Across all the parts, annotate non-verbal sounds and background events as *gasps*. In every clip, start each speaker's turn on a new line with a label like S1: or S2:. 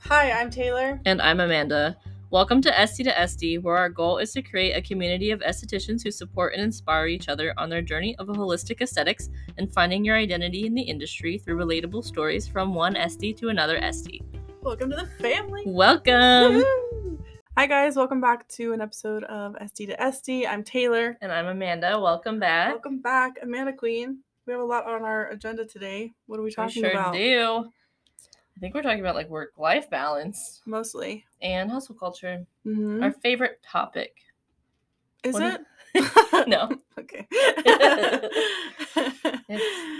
S1: Hi, I'm Taylor.
S2: And I'm Amanda. Welcome to SD to SD, where our goal is to create a community of estheticians who support and inspire each other on their journey of a holistic aesthetics and finding your identity in the industry through relatable stories from one SD to another SD.
S1: Welcome to the family.
S2: Welcome!
S1: Woohoo! *laughs* Hi, guys. Welcome back to an episode of SD to SD. I'm Taylor.
S2: And I'm Amanda. Welcome back.
S1: Welcome back, Amanda Queen. We have a lot on our agenda today. What are we
S2: We
S1: talking
S2: sure
S1: about?
S2: do. I think we're talking about like work life balance
S1: Mostly.
S2: and hustle culture,
S1: Mhm.
S2: our favorite topic.
S1: *laughs* Is it?
S2: what do- *laughs* No,
S1: *laughs* Okay.
S2: it's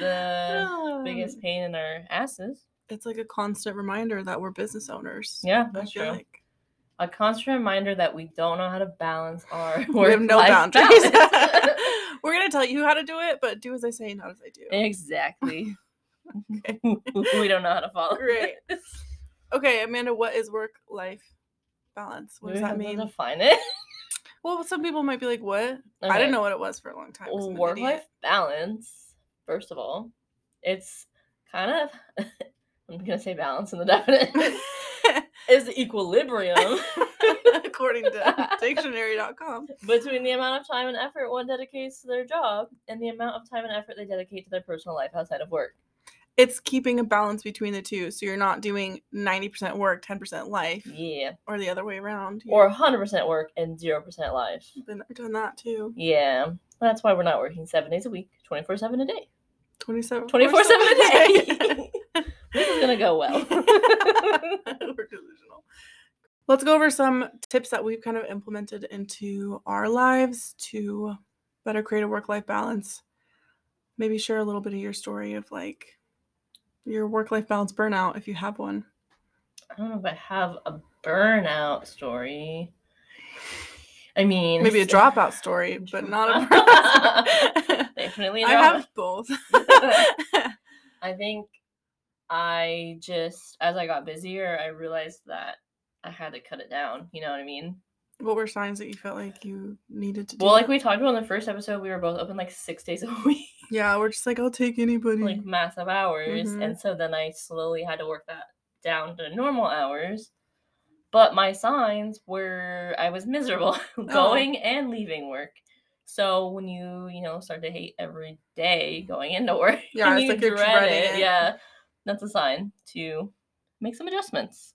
S2: the
S1: *laughs* Ah.
S2: biggest pain in our asses.
S1: It's like a constant reminder that we're business owners.
S2: Yeah,
S1: I
S2: that's
S1: feel
S2: true.
S1: like.
S2: a constant reminder that we don't know how to balance our
S1: *laughs*
S2: work
S1: We have no
S2: life
S1: boundaries.
S2: balance.
S1: *laughs* we're gonna tell you how to do it, but do as I say, not as I do. *laughs*
S2: exactly. *laughs* we don't know how to follow.
S1: Great. Okay, Amanda, what is work life balance?
S2: *laughs*
S1: What does that mean?
S2: Define it. *laughs*
S1: Well, some people might be like, "What?" I
S2: Okay.
S1: didn't know what it was for a long time. 'cause I'm an
S2: work
S1: idiot.
S2: life balance, first of all, it's kind of *laughs* I'm gonna say balance in the definite
S1: *laughs*
S2: *laughs* is equilibrium *laughs*
S1: According to dictionary.com.
S2: between the amount of time and effort one dedicates to their job and the amount of time and effort they dedicate to their personal life outside of work.
S1: It's keeping a balance between the two. So you're not doing 90% work, 10% life,
S2: Yeah.
S1: or the other way around. You've
S2: Or 100% work and 0% life.
S1: been there, done that too.
S2: Yeah, that's why we're not working seven days a week, twenty four seven a day,
S1: 27
S2: twenty four seven a day. *laughs* this is
S1: It's *laughs*
S2: gonna go well.
S1: We're delusional. Let's go over some tips that we've kind of implemented into our lives to better create a work life balance. Maybe share a little bit of your story of like your work life balance burnout if you have one.
S2: I don't know if I have a burnout story. I mean,
S1: Maybe a
S2: s-
S1: dropout
S2: *laughs*
S1: story, but not a burnout. story.
S2: Definitely a
S1: *laughs* I
S2: drop. I, *laughs*
S1: have both.
S2: think I just as I got busier, I realized that I had to cut it down. You know what I mean?
S1: what were signs that you felt like you needed to do?
S2: Well, like we talked about in the first episode, we were both open like six days a *laughs* week.
S1: yeah, we're just like, I'll take anybody. *laughs*
S2: like massive hours
S1: Mhm.
S2: and so then i slowly had to work that down to normal hours but my signs were i was miserable *laughs*
S1: Oh.
S2: going and leaving work so when you you know start to hate every day going into work *laughs*
S1: Yeah,
S2: and
S1: it's
S2: you
S1: like you're dreading it.
S2: yeah that's a sign to make some adjustments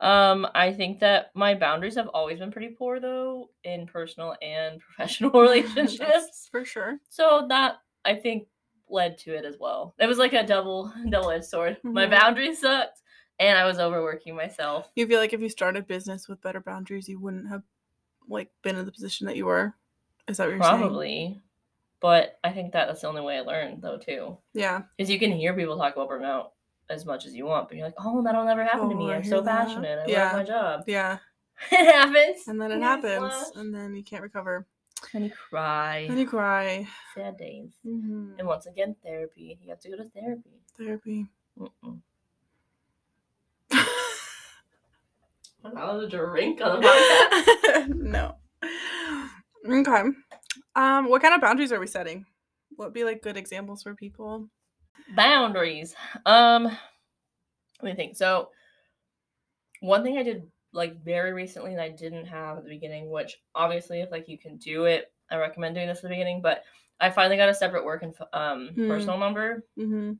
S2: um i think that my boundaries have always been pretty poor though in personal
S1: *laughs*
S2: and *laughs* professional relationships
S1: That's for sure.
S2: so that I think led to it as well. It was like a double *laughs* double edged sword. My
S1: Mhm.
S2: boundaries sucked, and I was overworking myself.
S1: You feel like if you started a business with better boundaries, you wouldn't have like been in the position that you were. Is that what you're saying?
S2: Probably, but I think that that's the only way I learned though too,
S1: Yeah.
S2: because you can hear people talk about burnout as much as you want, but you're like, oh, that'll never happen to
S1: Oh,
S2: me.
S1: I
S2: I'm
S1: hear
S2: so
S1: that.
S2: passionate. I
S1: Yeah.
S2: love my job. *laughs*
S1: Yeah.
S2: it happens,
S1: And then it
S2: Newsflash.
S1: happens. And then you can't recover.
S2: and you cry.
S1: Then you cry.
S2: Sad days.
S1: Mhm.
S2: And once again, therapy. You have to go to therapy.
S1: Therapy.
S2: Mm-mm. I'm not allowed to drink on the *laughs*
S1: *laughs*
S2: podcast.
S1: no. Okay. Um, what kind of boundaries are we setting? What would be like good examples for people?
S2: boundaries um let me think so one thing i did like very recently and i didn't have at the beginning which obviously if like you can do it i recommend doing this at the beginning but i finally got a separate work and f- um
S1: Hmm.
S2: personal number
S1: Mm-hmm.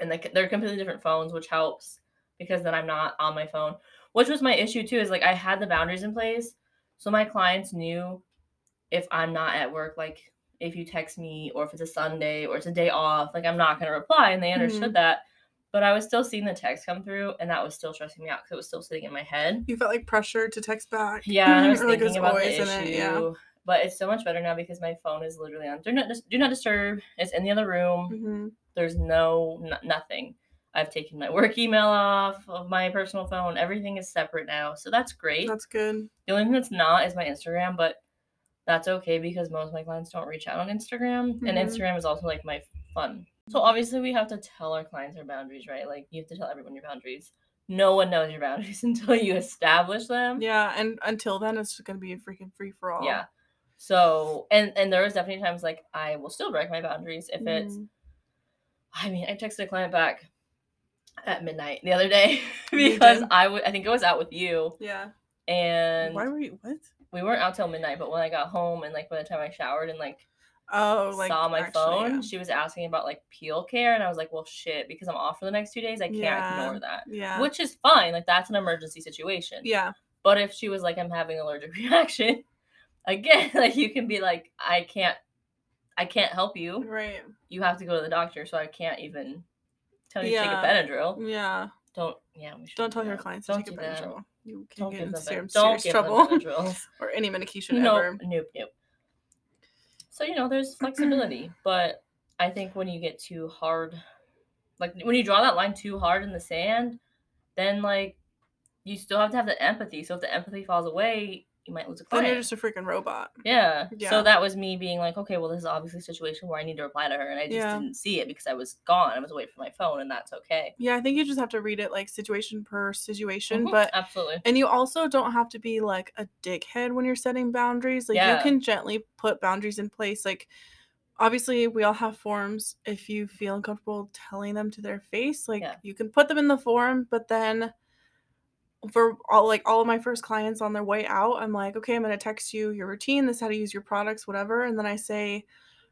S2: and like they're completely different phones which helps because then i'm not on my phone which was my issue too is like i had the boundaries in place so my clients knew if i'm not at work like if you text me or if it's a sunday or it's a day off like i'm not going to reply and
S1: Mm-hmm.
S2: they understood that but i was still seeing the text come through and that was still stressing me out because it was still sitting in my head
S1: You felt like pressure to text back.
S2: yeah and i
S1: *laughs*
S2: was
S1: Or, *clears throat* like,
S2: thinking
S1: there's
S2: about the
S1: always
S2: issue
S1: in it, yeah.
S2: but it's so much better now because my phone is literally on do not, dis- do not disturb it's in the other room
S1: hmm
S2: there's no n- nothing i've taken my work email off of my personal phone everything is separate now so that's great
S1: That's good.
S2: the only thing that's not is my instagram but that's okay because most of my clients don't reach out on instagram and
S1: Mhm.
S2: instagram is also like my fun so obviously we have to tell our clients our boundaries right like you have to tell everyone your boundaries no one knows your boundaries *laughs* until you establish them
S1: Yeah, and until then it's just gonna be a freaking free for all.
S2: yeah so and and there was definitely times like
S1: Mm,
S2: i will still break my boundaries if it's I mean, I texted a client back at midnight the other day *laughs*
S1: You
S2: because
S1: did?
S2: I wa- I think I was out with you
S1: Yeah.
S2: and
S1: Why were you what?
S2: we weren't out till midnight. But when I got home and like by the time I showered and like
S1: Oh, like
S2: saw my
S1: actually,
S2: phone,
S1: yeah.
S2: she was asking about like peel care, and I was like, well, shit, because I'm off for the next two days, I can't
S1: Yeah.
S2: ignore that,
S1: Yeah.
S2: which is fine. Like that's an emergency situation.
S1: yeah.
S2: But if she was like, I'm having an allergic *laughs* reaction, again, *laughs* like you can be like, I can't, I can't help you.
S1: Right.
S2: You have to go to the doctor, so I can't even tell you
S1: Yeah.
S2: to take a Benadryl.
S1: Yeah.
S2: Don't, yeah, we should
S1: Don't tell your clients to
S2: Don't
S1: take a
S2: do that.
S1: Benadryl. You can
S2: Don't
S1: get
S2: give
S1: in
S2: them
S1: ser-
S2: Ben-
S1: serious,
S2: don't give them
S1: trouble *laughs*
S2: Benadryls.
S1: or any medication
S2: No,
S1: ever.
S2: nope, nope. So you know, there's flexibility,
S1: *clears throat*
S2: but I think when you get too hard, like when you draw that line too hard in the sand, then like you still have to have the empathy. So if the empathy falls away, you might lose a
S1: Then
S2: client.
S1: you're just a freaking robot.
S2: yeah.
S1: Yeah.
S2: So that was me being like, okay, well, this is obviously a situation where I need to reply to her, and I just
S1: Yeah.
S2: didn't see it because I was gone. I was away from my phone, and that's okay.
S1: Yeah, I think you just have to read it like situation per situation,
S2: Mhm,
S1: but
S2: absolutely,
S1: and you also don't have to be like a dickhead when you're setting boundaries. Like you
S2: Yeah.
S1: can gently put boundaries in place. Like obviously we all have forms. If you feel uncomfortable telling them to their face, like
S2: Yeah.
S1: you can put them in the form, but then for all like all of my first clients on their way out, I'm like, okay, I'm gonna text you your routine, this is how to use your products, whatever. And then I say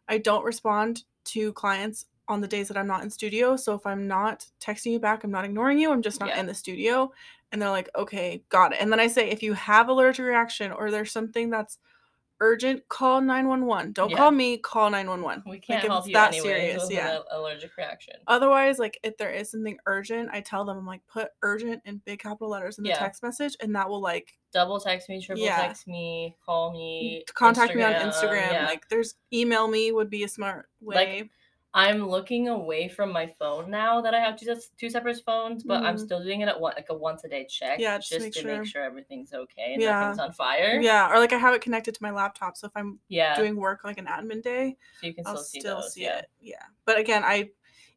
S1: I don't respond to clients on the days that I'm not in studio. So if I'm not texting you back, I'm not ignoring you. I'm just not
S2: Yeah.
S1: in the studio. And they're like, okay, got it. And then I say, if you have allergic reaction or there's something that's urgent, call 911. Don't
S2: Yeah.
S1: call me, call 911.
S2: we
S1: Like,
S2: can't
S1: if
S2: help
S1: it's
S2: you
S1: that
S2: anyway
S1: serious.
S2: with
S1: Yeah. Uh,
S2: an allergic reaction.
S1: Otherwise, like if there is something urgent, I tell them I'm like put urgent in big capital letters in the
S2: Yeah.
S1: text message, and that will like
S2: double text me, triple
S1: Yeah. Mm,
S2: text me, call me,
S1: contact me on Instagram.
S2: yeah.
S1: Like there's email me would be a smart
S2: Like,
S1: way.
S2: I'm looking away from my phone now that I have two se- two separate phones, but I'm
S1: Mhm.
S2: still doing it at one like a once a day check,
S1: Yeah,
S2: just,
S1: just make
S2: to
S1: sure.
S2: make sure everything's okay and
S1: Yeah.
S2: nothing's on fire.
S1: yeah, or like I have it connected to my laptop, so if I'm
S2: yeah.
S1: doing work like an admin day,
S2: so you can
S1: I'll
S2: still see
S1: still
S2: those.
S1: see
S2: yeah.
S1: it. Yeah. But again, I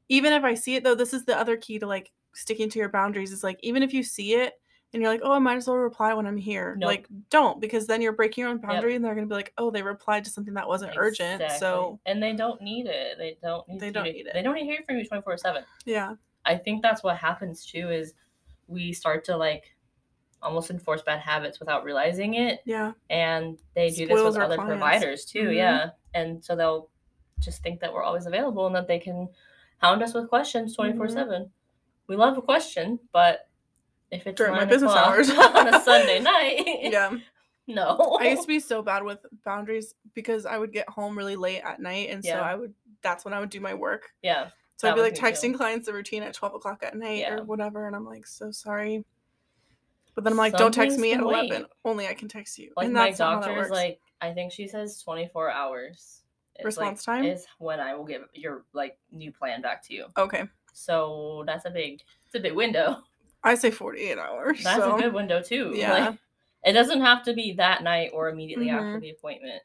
S1: even if I see it though, this is the other key to like sticking to your boundaries is like even if you see it and you're like, oh, I might as well reply when I'm here.
S2: Nope.
S1: Like, don't because then you're breaking your own boundary and they're gonna be like, oh, they replied to something that wasn't urgent.
S2: Exactly.
S1: So
S2: and they don't need it. They don't need
S1: They
S2: you
S1: don't
S2: to-
S1: need it.
S2: They don't need to hear from you twenty four seven.
S1: yeah,
S2: I think that's what happens too is we start to like almost enforce bad habits without realizing it *laughs*
S1: yeah,
S2: and they do
S1: Spoils
S2: this with
S1: our
S2: other
S1: clients.
S2: providers too
S1: Mhm.
S2: yeah and so they'll just think that we're always available and that they can hound us with questions 24
S1: Mm-hmm.
S2: 7 we love a question but if it's
S1: During my
S2: 9
S1: business
S2: o'clock
S1: hours.
S2: *laughs* on a
S1: *laughs*
S2: sunday night
S1: yeah.
S2: *laughs* no
S1: I used to be so bad with boundaries because I would get home really late at night, and
S2: Yeah.
S1: so I would. That's when I would do my work.
S2: yeah
S1: So I'd
S2: That
S1: be
S2: was
S1: like
S2: me
S1: texting
S2: too.
S1: clients the routine at 12 o'clock at night
S2: Yeah.
S1: or whatever. And I'm like, so sorry. But then I'm like,
S2: Some
S1: don't text
S2: things
S1: me at
S2: can
S1: 11.
S2: wait.
S1: Only I can text you.
S2: like
S1: and
S2: my
S1: that's not how that
S2: doctor's
S1: works.
S2: like i think she says 24 hours is, like,
S1: Response time?
S2: is when i will give your like new plan back to you
S1: okay.
S2: so that's a big it's a big window *laughs*
S1: I say 48 hours.
S2: That's
S1: so
S2: a good window too. *laughs* Like,
S1: yeah.
S2: it doesn't have to be that night or immediately
S1: Mhm.
S2: after the appointment.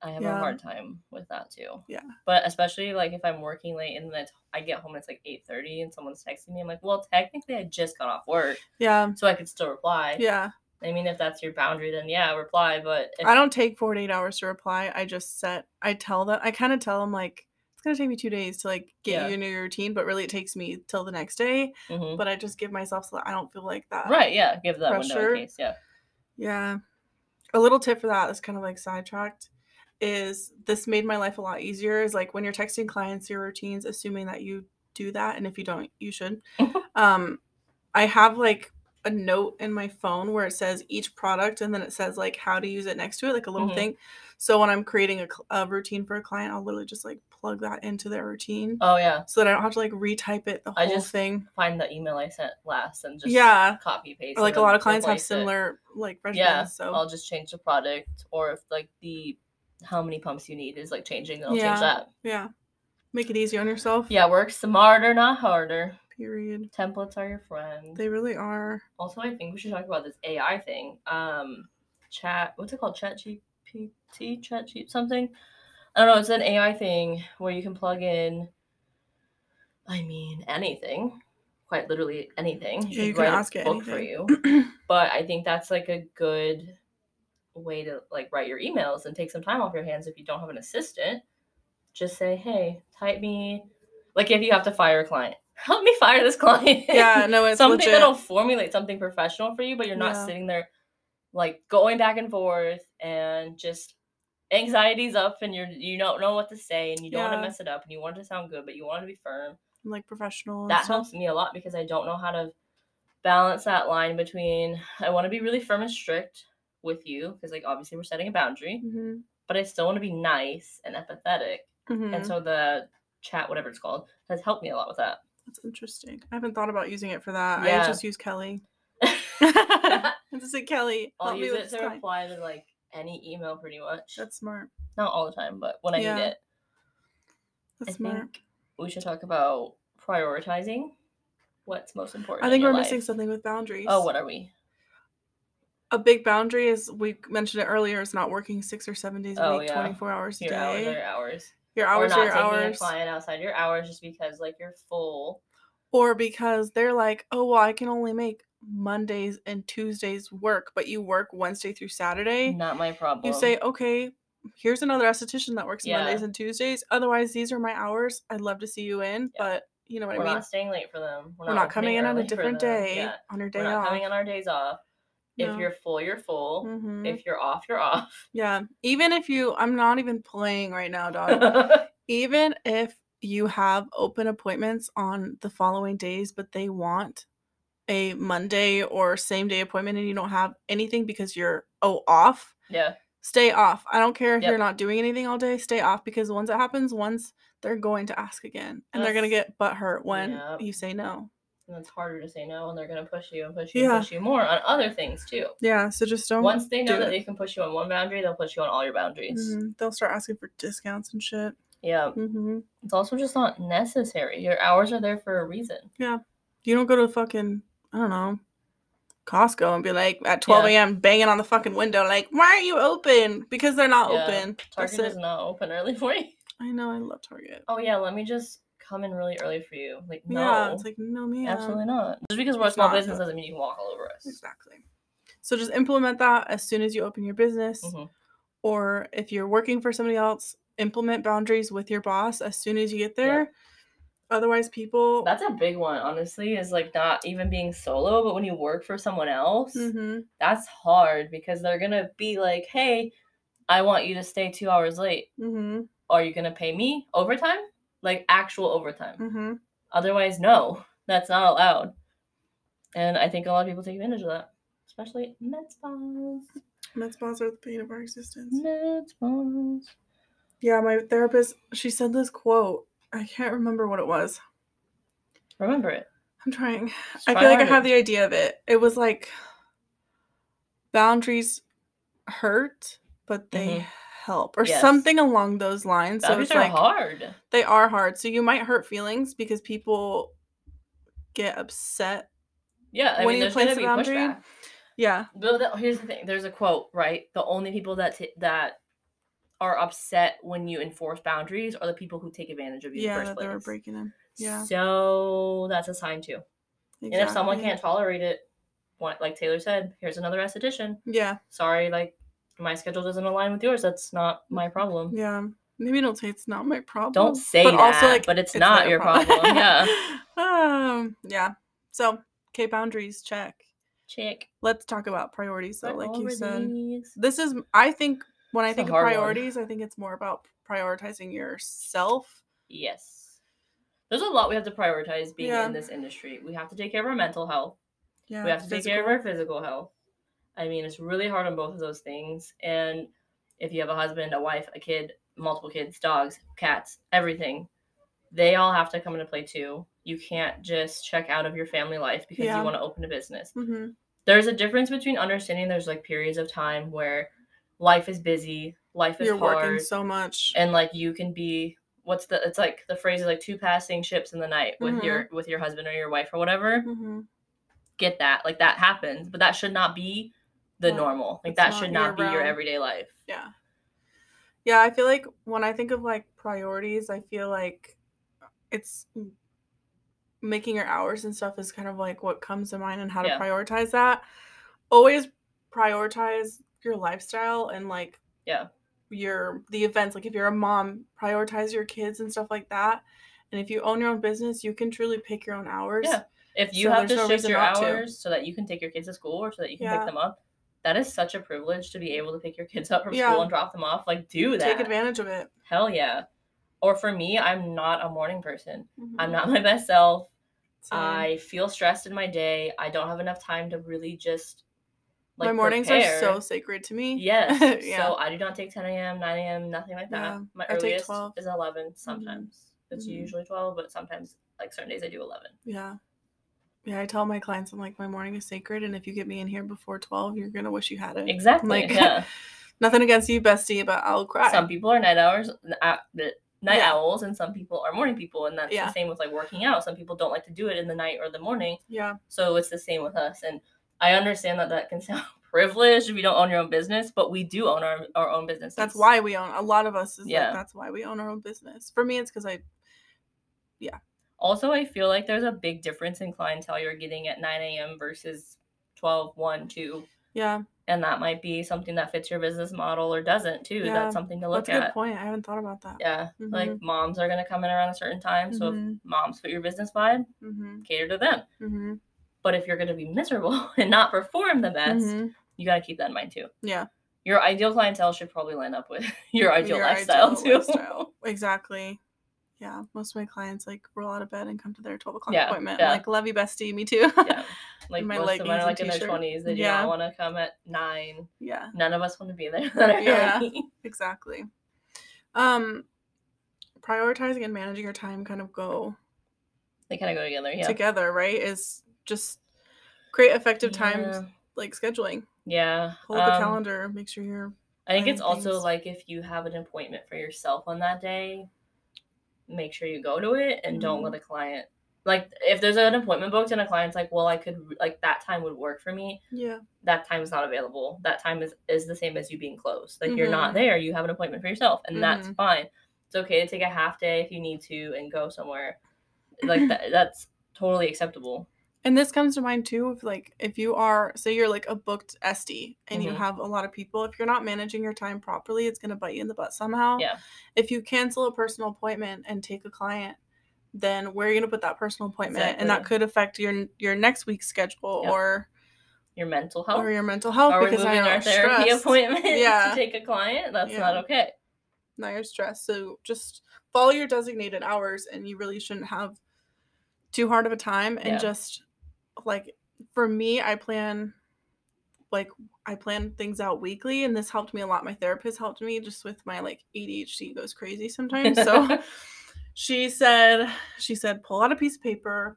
S2: I have
S1: Yeah.
S2: a hard time with that too.
S1: Yeah.
S2: But especially like if I'm working late and then it's- I get home and it's like eight thirty and someone's texting me, I'm like, well, technically I just got off work,
S1: Yeah.
S2: so I could still reply.
S1: Yeah.
S2: I mean, if that's your boundary, then yeah, reply. But if,
S1: I don't take 48 hours to reply. I just set, I tell them, I kind of tell them like, it's going to take me two days to like get
S2: Yeah.
S1: you into your routine, but really it takes me till the next day.
S2: Mhm.
S1: But I just give myself so that I don't feel like that.
S2: right, yeah, give that window
S1: pressure.
S2: a case. Yeah.
S1: Yeah. A little tip for that that's kind of like sidetracked is this made my life a lot easier is like when you're texting clients your routines, assuming that you do that. And if you don't, you
S2: *laughs*
S1: should. um, I have like a note in my phone where it says each product and then it says like how to use it next to it, like a little
S2: Mhm.
S1: thing. So when I'm creating a, cl- a routine for a client, I'll literally just like plug that into their routine
S2: Oh yeah.
S1: so that I don't have to like retype it the
S2: I
S1: whole
S2: just
S1: thing.
S2: Find the email I sent last and just
S1: Yeah.
S2: copy paste.
S1: Or like
S2: and
S1: a
S2: then
S1: lot of clients have
S2: replace it.
S1: similar like regimens.
S2: yeah
S1: so
S2: i'll just change the product or if like the how many pumps you need is like changing then i'll
S1: Yeah.
S2: change that
S1: yeah, make it easy on yourself.
S2: yeah work smarter not harder
S1: Period.
S2: templates are your friend
S1: They really
S2: *laughs*
S1: are.
S2: also i think we should talk about this ai thing um chat what's it called chat gpt chat G- something i don't know it's an ai thing where you can plug in i mean anything quite literally anything
S1: Yeah, you
S2: could
S1: can
S2: write a
S1: ask it
S2: book for
S1: anything.
S2: you
S1: *clears throat*
S2: but I think that's like a good way to like write your emails and take some time off your hands if you don't have an assistant. Just say, hey, type me. Like if you have to fire a client, *laughs* help me fire this client.
S1: Yeah, no, it's
S2: something
S1: legit.
S2: that'll formulate something professional for you, but you're not
S1: Yeah.
S2: sitting there like going back and forth and just anxiety's up and you're you don't know what to say and you don't want
S1: Yeah.
S2: to mess it up and you want it to sound good, but you want it to be firm.
S1: like professional. and
S2: That
S1: stuff.
S2: helps me a lot because I don't know how to balance that line between I want to be really firm and strict with you because like obviously we're setting a boundary,
S1: Mhm,
S2: but I still want to be nice and empathetic.
S1: mhm.
S2: And so the chat, whatever it's called, has helped me a lot with
S1: *laughs*
S2: that. *laughs*
S1: That's interesting. I haven't thought about using it for that.
S2: Yeah.
S1: I just use Kelly. I just say Kelly,
S2: I'll
S1: help me
S2: use
S1: with
S2: it
S1: this
S2: to
S1: client."
S2: reply to like any email pretty much.
S1: That's smart.
S2: Not all the time, but when I
S1: Yeah,
S2: need it.
S1: That's
S2: I
S1: smart.
S2: think we should talk about prioritizing what's most important.
S1: I
S2: in
S1: think
S2: your
S1: we're
S2: life.
S1: missing something with boundaries.
S2: Oh, what are we?
S1: A big boundary is we mentioned it earlier. Is not working six or seven days a
S2: Oh,
S1: week,
S2: yeah.
S1: twenty four hours a
S2: Your hours
S1: day.
S2: or your hours.
S1: Your
S2: or
S1: hours
S2: not
S1: are your
S2: taking a
S1: hours,
S2: client outside your hours just because like you're full.
S1: or because they're like, oh well, I can only make Mondays and Tuesdays work, but you work Wednesday through Saturday.
S2: Not my problem.
S1: You say, "Oh, okay, here's another esthetician that works
S2: Yeah.
S1: Mondays and Tuesdays. Otherwise, these are my hours. I'd love to see you in,
S2: Yeah.
S1: but you know what
S2: we're
S1: I mean.
S2: not staying late for them.
S1: we're not coming
S2: opening
S1: in on a
S2: early for
S1: different
S2: them.
S1: day
S2: Yeah.
S1: on your day
S2: We're not
S1: off.
S2: coming on our days off.
S1: No.
S2: If you're full, you're full.
S1: Mhm.
S2: If you're off, you're off.
S1: yeah, even if you, I'm not even playing right now,
S2: *laughs*
S1: dog. even if you have open appointments on the following days, but they want a Monday or same day appointment and you don't have anything because you're oh off,
S2: yeah.
S1: stay off. I don't care if you're
S2: Yep.
S1: not doing anything all day, stay off because once it happens, once they're going to ask again and they're gonna
S2: That's-
S1: get butt hurt when
S2: Yep.
S1: you say no.
S2: And it's harder to say no, and they're going to push you and push you
S1: Yeah.
S2: and push you more on other things too.
S1: Yeah, so just don't
S2: Once they know
S1: do
S2: that
S1: it.
S2: they can push you on one boundary, they'll push you on all your boundaries.
S1: Mhm, they'll start asking for discounts and shit.
S2: Yeah.
S1: hmm
S2: It's also just not necessary. Your hours are there for a reason.
S1: You don't go to fucking I don't know Costco and be like at 12
S2: Yeah.
S1: a.m. banging on the fucking window like why aren't you open? Because they're not
S2: Yeah.
S1: open. That's
S2: Target
S1: it.
S2: is not open early *laughs* for you.
S1: I know I love Target.
S2: Oh, yeah, let me just come in really early for you. Like, no.
S1: Yeah, it's like no man.
S2: Absolutely not. Just because we're a
S1: It's
S2: small
S1: not,
S2: business
S1: but-
S2: doesn't mean you can walk all over us.
S1: Exactly. So just implement that as soon as you open your business,
S2: Mhm.
S1: or if you're working for somebody else, implement boundaries with your boss as soon as you get there. Otherwise, people.
S2: That's a big one, honestly, is like not even being solo, but when you work for someone else,
S1: Mhm.
S2: that's hard because they're going to be like, hey, I want you to stay two hours late.
S1: Mhm.
S2: are you going to pay me overtime? Like actual overtime.
S1: Mhm.
S2: Otherwise, no, that's not allowed. And I think a lot of people take advantage of that, especially med spas.
S1: Med spas are the pain of our existence.
S2: Med spas.
S1: Yeah, my therapist. She said this quote. I can't remember what it was. *laughs*
S2: Remember it.
S1: I'm trying.
S2: Just
S1: I
S2: try
S1: feel like I
S2: harder.
S1: have the idea of it. It was like boundaries hurt, but they
S2: Mhm.
S1: help, or
S2: Yes.
S1: something along those lines.
S2: Boundaries
S1: so it's
S2: are
S1: like
S2: hard.
S1: they are hard. So you might hurt feelings because people get upset.
S2: Yeah, I
S1: when
S2: mean,
S1: you
S2: there's going
S1: place a
S2: to be
S1: boundary-
S2: pushback.
S1: Yeah.
S2: But the, here's the thing: there's a quote, right? The only people that t- that are upset when you enforce boundaries are the people who take advantage of you. in
S1: Yeah,
S2: the first
S1: that they were
S2: place.
S1: breaking them. Yeah.
S2: So that's a sign too. And if someone can't tolerate it, what, like Taylor said, here's another esthetician.
S1: Yeah.
S2: Sorry, like my schedule doesn't align with yours. That's not my problem.
S1: Yeah. Maybe don't say it's not my problem.
S2: Don't say
S1: but
S2: that,
S1: also, like,
S2: but it's,
S1: it's
S2: not
S1: their
S2: your problem. *laughs* yeah.
S1: *laughs* um, yeah. So, okay, boundaries check.
S2: Chick.
S1: Let's talk about priorities though, like you said.
S2: priorities.
S1: this is i think when i
S2: It's a
S1: think of
S2: hard one.
S1: priorities i think it's more about prioritizing yourself
S2: Yes. There's a lot we have to prioritize being
S1: Yeah.
S2: in this industry. We have to take care of our mental health.
S1: yeah
S2: we have to take care of our physical health. I mean, it's really hard on both of those things. And if you have a husband, a wife, a kid, multiple kids, dogs, cats, everything, they all have to come into play too. You can't just check out of your family life because
S1: Yeah.
S2: you want to open a business.
S1: hmm
S2: There's a difference between understanding there's like periods of time where life is busy, life is
S1: you're working
S2: hard,
S1: so much
S2: and like you can be what's the it's like the phrase is like two passing ships in the night with
S1: Mhm.
S2: your with your husband or your wife or whatever
S1: Mhm.
S2: get that. Like that happens, but that should not be the
S1: Yeah.
S2: normal. Like
S1: It's
S2: that
S1: not
S2: should not be your
S1: year-round.
S2: everyday life.
S1: yeah yeah i feel like when i think of like priorities i feel like it's making your hours and stuff is kind of like what comes to mind and how to
S2: Yeah.
S1: prioritize that always prioritize your lifestyle and like
S2: Yeah.
S1: your the events like if you're a mom prioritize your kids and stuff like that And if you own your own business, you can truly pick your own hours.
S2: Yeah. If you
S1: So
S2: have to
S1: there's no
S2: shift
S1: reason
S2: your
S1: not to.
S2: hours so that you can take your kids to school or so that you can
S1: Yeah.
S2: pick them up, that is such a privilege to be able to pick your kids up from
S1: Yeah.
S2: school and drop them off. Like, do that.
S1: Take advantage of it.
S2: Hell yeah. Or for me, I'm not a morning person.
S1: Mm-hmm.
S2: I'm not *laughs* my best self.
S1: So,
S2: I feel stressed in my day. I don't have enough time to really just like
S1: my mornings
S2: prepare.
S1: are so sacred to me. *laughs*
S2: Yes.
S1: Yeah.
S2: So I do not take 10 a.m., 9 a.m., nothing like that.
S1: Yeah, I
S2: My
S1: take Mm-hmm.
S2: earliest
S1: 12.
S2: is 11 sometimes. It's
S1: Mhm.
S2: usually 12, but sometimes, like certain days, I do 11.
S1: Yeah. Yeah, I tell my clients I'm like my morning is sacred and if you get me in here before 12, you're going to wish you had it.
S2: Exactly.
S1: Like, *laughs*
S2: yeah.
S1: Nothing against you, bestie, but I'll cry.
S2: Some people are night hours, n- uh, the- night
S1: Yeah.
S2: owls, and some people are morning people, and that's
S1: Yeah.
S2: the same with like working out. Some people don't like to do it in the night or the morning,
S1: yeah.
S2: so it's the same with us. And I understand that that can *laughs* sound privileged if you don't own your own business, but we do own our, our own business.
S1: That's why we own a lot of us is
S2: Yeah.
S1: like that's why we own our own business. For me it's cuz I
S2: Also, I feel like there's a big difference in clientele you're getting at 9 a.m. versus 12, 1, 2.
S1: yeah,
S2: And that might be something that fits your business model or doesn't, too.
S1: Yeah,
S2: That's something to look
S1: that's a good
S2: at.
S1: point. I haven't thought about that. Mm-hmm,
S2: Yeah. Like moms are going to come in around a certain time. So if
S1: Mhm.
S2: moms fit your business vibe,
S1: Mhm.
S2: cater to them.
S1: Mhm.
S2: But if you're going to be miserable *laughs* and not perform the best,
S1: mhm.
S2: you got to keep that in mind, too.
S1: Yeah.
S2: Your ideal clientele should probably line up with *laughs* your ideal
S1: Your
S2: lifestyle,
S1: ideal
S2: too.
S1: lifestyle. Exactly. Yeah, most of my clients like roll out of bed and come to their 12 o'clock
S2: Yeah,
S1: appointment.
S2: yeah.
S1: Like, love you, bestie. Me too.
S2: *laughs* yeah. Like
S1: My
S2: most of
S1: leggings
S2: them are
S1: and
S2: like in their
S1: t-shirt.
S2: 20s. They do
S1: Yeah.
S2: not want to come at 9.
S1: *laughs* yeah.
S2: none of us want to be there. *laughs* literally.
S1: Yeah. exactly um prioritizing and managing your time kind of go
S2: They kind of go together. Yeah.
S1: together right is just create effective time like scheduling
S2: Yeah.
S1: hold the
S2: um,
S1: calendar make sure you're
S2: I think
S1: plan
S2: it's also
S1: things.
S2: like if you have an appointment for yourself on that day, make sure you go to it and don't
S1: Mm-hmm.
S2: let a client like if there's an appointment booked and a client's like, well, I could like that time would work for me.
S1: yeah
S2: That time is not available. That time is is the same as you being closed. Like you're
S1: Mhm.
S2: not there. You have an appointment for yourself, and that's
S1: Mm-hmm.
S2: fine. It's okay to take a half day if you need to and go somewhere. Like that, that's totally acceptable.
S1: and this comes to mind too if like if you are say you're like a booked sd and you
S2: Mhm.
S1: have a lot of people if you're not managing your time properly it's going to bite you in the butt somehow
S2: Yeah.
S1: if you cancel a personal appointment and take a client then where are you going to put that personal appointment and that
S2: Exactly.
S1: could affect your your next week's schedule
S2: Yep.
S1: or
S2: Your mental health.
S1: or your mental health
S2: Are we
S1: Oh, because
S2: moving
S1: now you're
S2: our therapy
S1: stressed.
S2: appointment *laughs*
S1: Yeah.
S2: to take a client? That's
S1: Yeah.
S2: not okay.
S1: Now you're stressed. So just follow your designated hours and you really shouldn't have too hard of a time. And
S2: Yeah.
S1: just like for me, I plan like I plan things out weekly and this helped me a lot. My therapist helped me just with my like ADHD goes crazy sometimes.
S2: *laughs*
S1: So she said she said pull out a piece of paper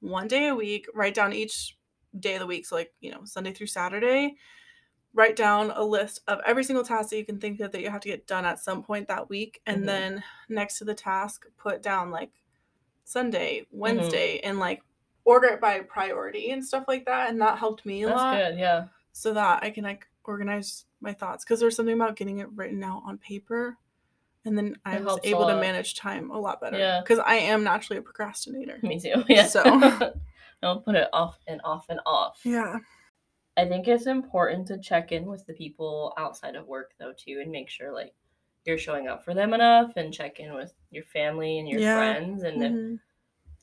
S1: one day a week write down each day of the week so like you know sunday through saturday write down a list of every single task that you can think of that you have to get done at some point that week and
S2: Mhm.
S1: then next to the task put down like sunday wednesday and like order it by priority and stuff like that and that helped me a
S2: That's
S1: lot
S2: good. Yeah.
S1: so that I can like organize my thoughts because there's something about getting it written out on paper and then I
S2: It
S1: was
S2: helps a
S1: able to
S2: lot.
S1: manage time a lot better
S2: Yeah.
S1: because I am naturally a procrastinator.
S2: Me too. *laughs* Yeah.
S1: So-
S2: I'll put it off and off and off.
S1: Yeah.
S2: I think it's important to check in with the people outside of work though too and make sure like you're showing up for them enough and check in with your family and your
S1: Yeah.
S2: friends and if
S1: Mhm.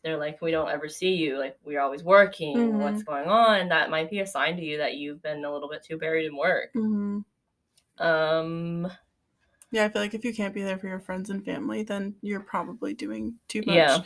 S2: they're like we don't ever see you like we're always working
S1: Mhm.
S2: what's going on that might be a sign to you that you've been a little bit too buried in work
S1: Mhm.
S2: um
S1: Yeah, I feel like if you can't be there for your friends and family, then you're probably doing too much.
S2: Yeah.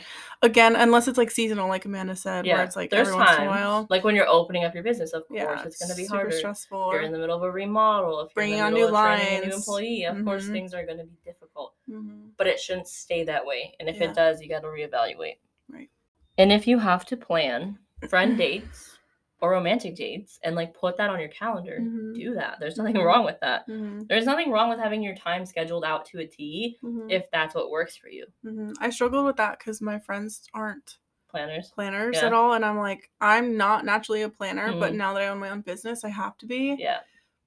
S1: Again, unless it's like seasonal, like Amanda said, where it's like
S2: there's
S1: every once in a
S2: times.
S1: while.
S2: Like when you're opening up your business, of
S1: Yeah,
S2: course, it's going to be
S1: super
S2: harder.
S1: stressful.
S2: If You're in the middle of a remodel. If you're
S1: Bringing
S2: in
S1: on
S2: the
S1: new
S2: middle of training a new
S1: lines.
S2: employee, of course,
S1: Mhm.
S2: things are going to be difficult.
S1: Mhm.
S2: But it shouldn't stay that way. And if
S1: Yeah.
S2: it does, you got to reevaluate.
S1: Right.
S2: And if you have to plan friend dates or romantic dates and like put that on your calendar,
S1: Mhm.
S2: do that. There's nothing
S1: Mhm.
S2: wrong with that.
S1: Mhm.
S2: There's nothing wrong with having your time scheduled out to a T
S1: Mhm.
S2: if that's what works for you.
S1: Mhm. I struggled with that because my friends aren't
S2: Planners.
S1: planners
S2: Yeah.
S1: at all and i'm like i'm not naturally a planner but
S2: Mhm.
S1: now that i own my own business i have to be
S2: Yeah.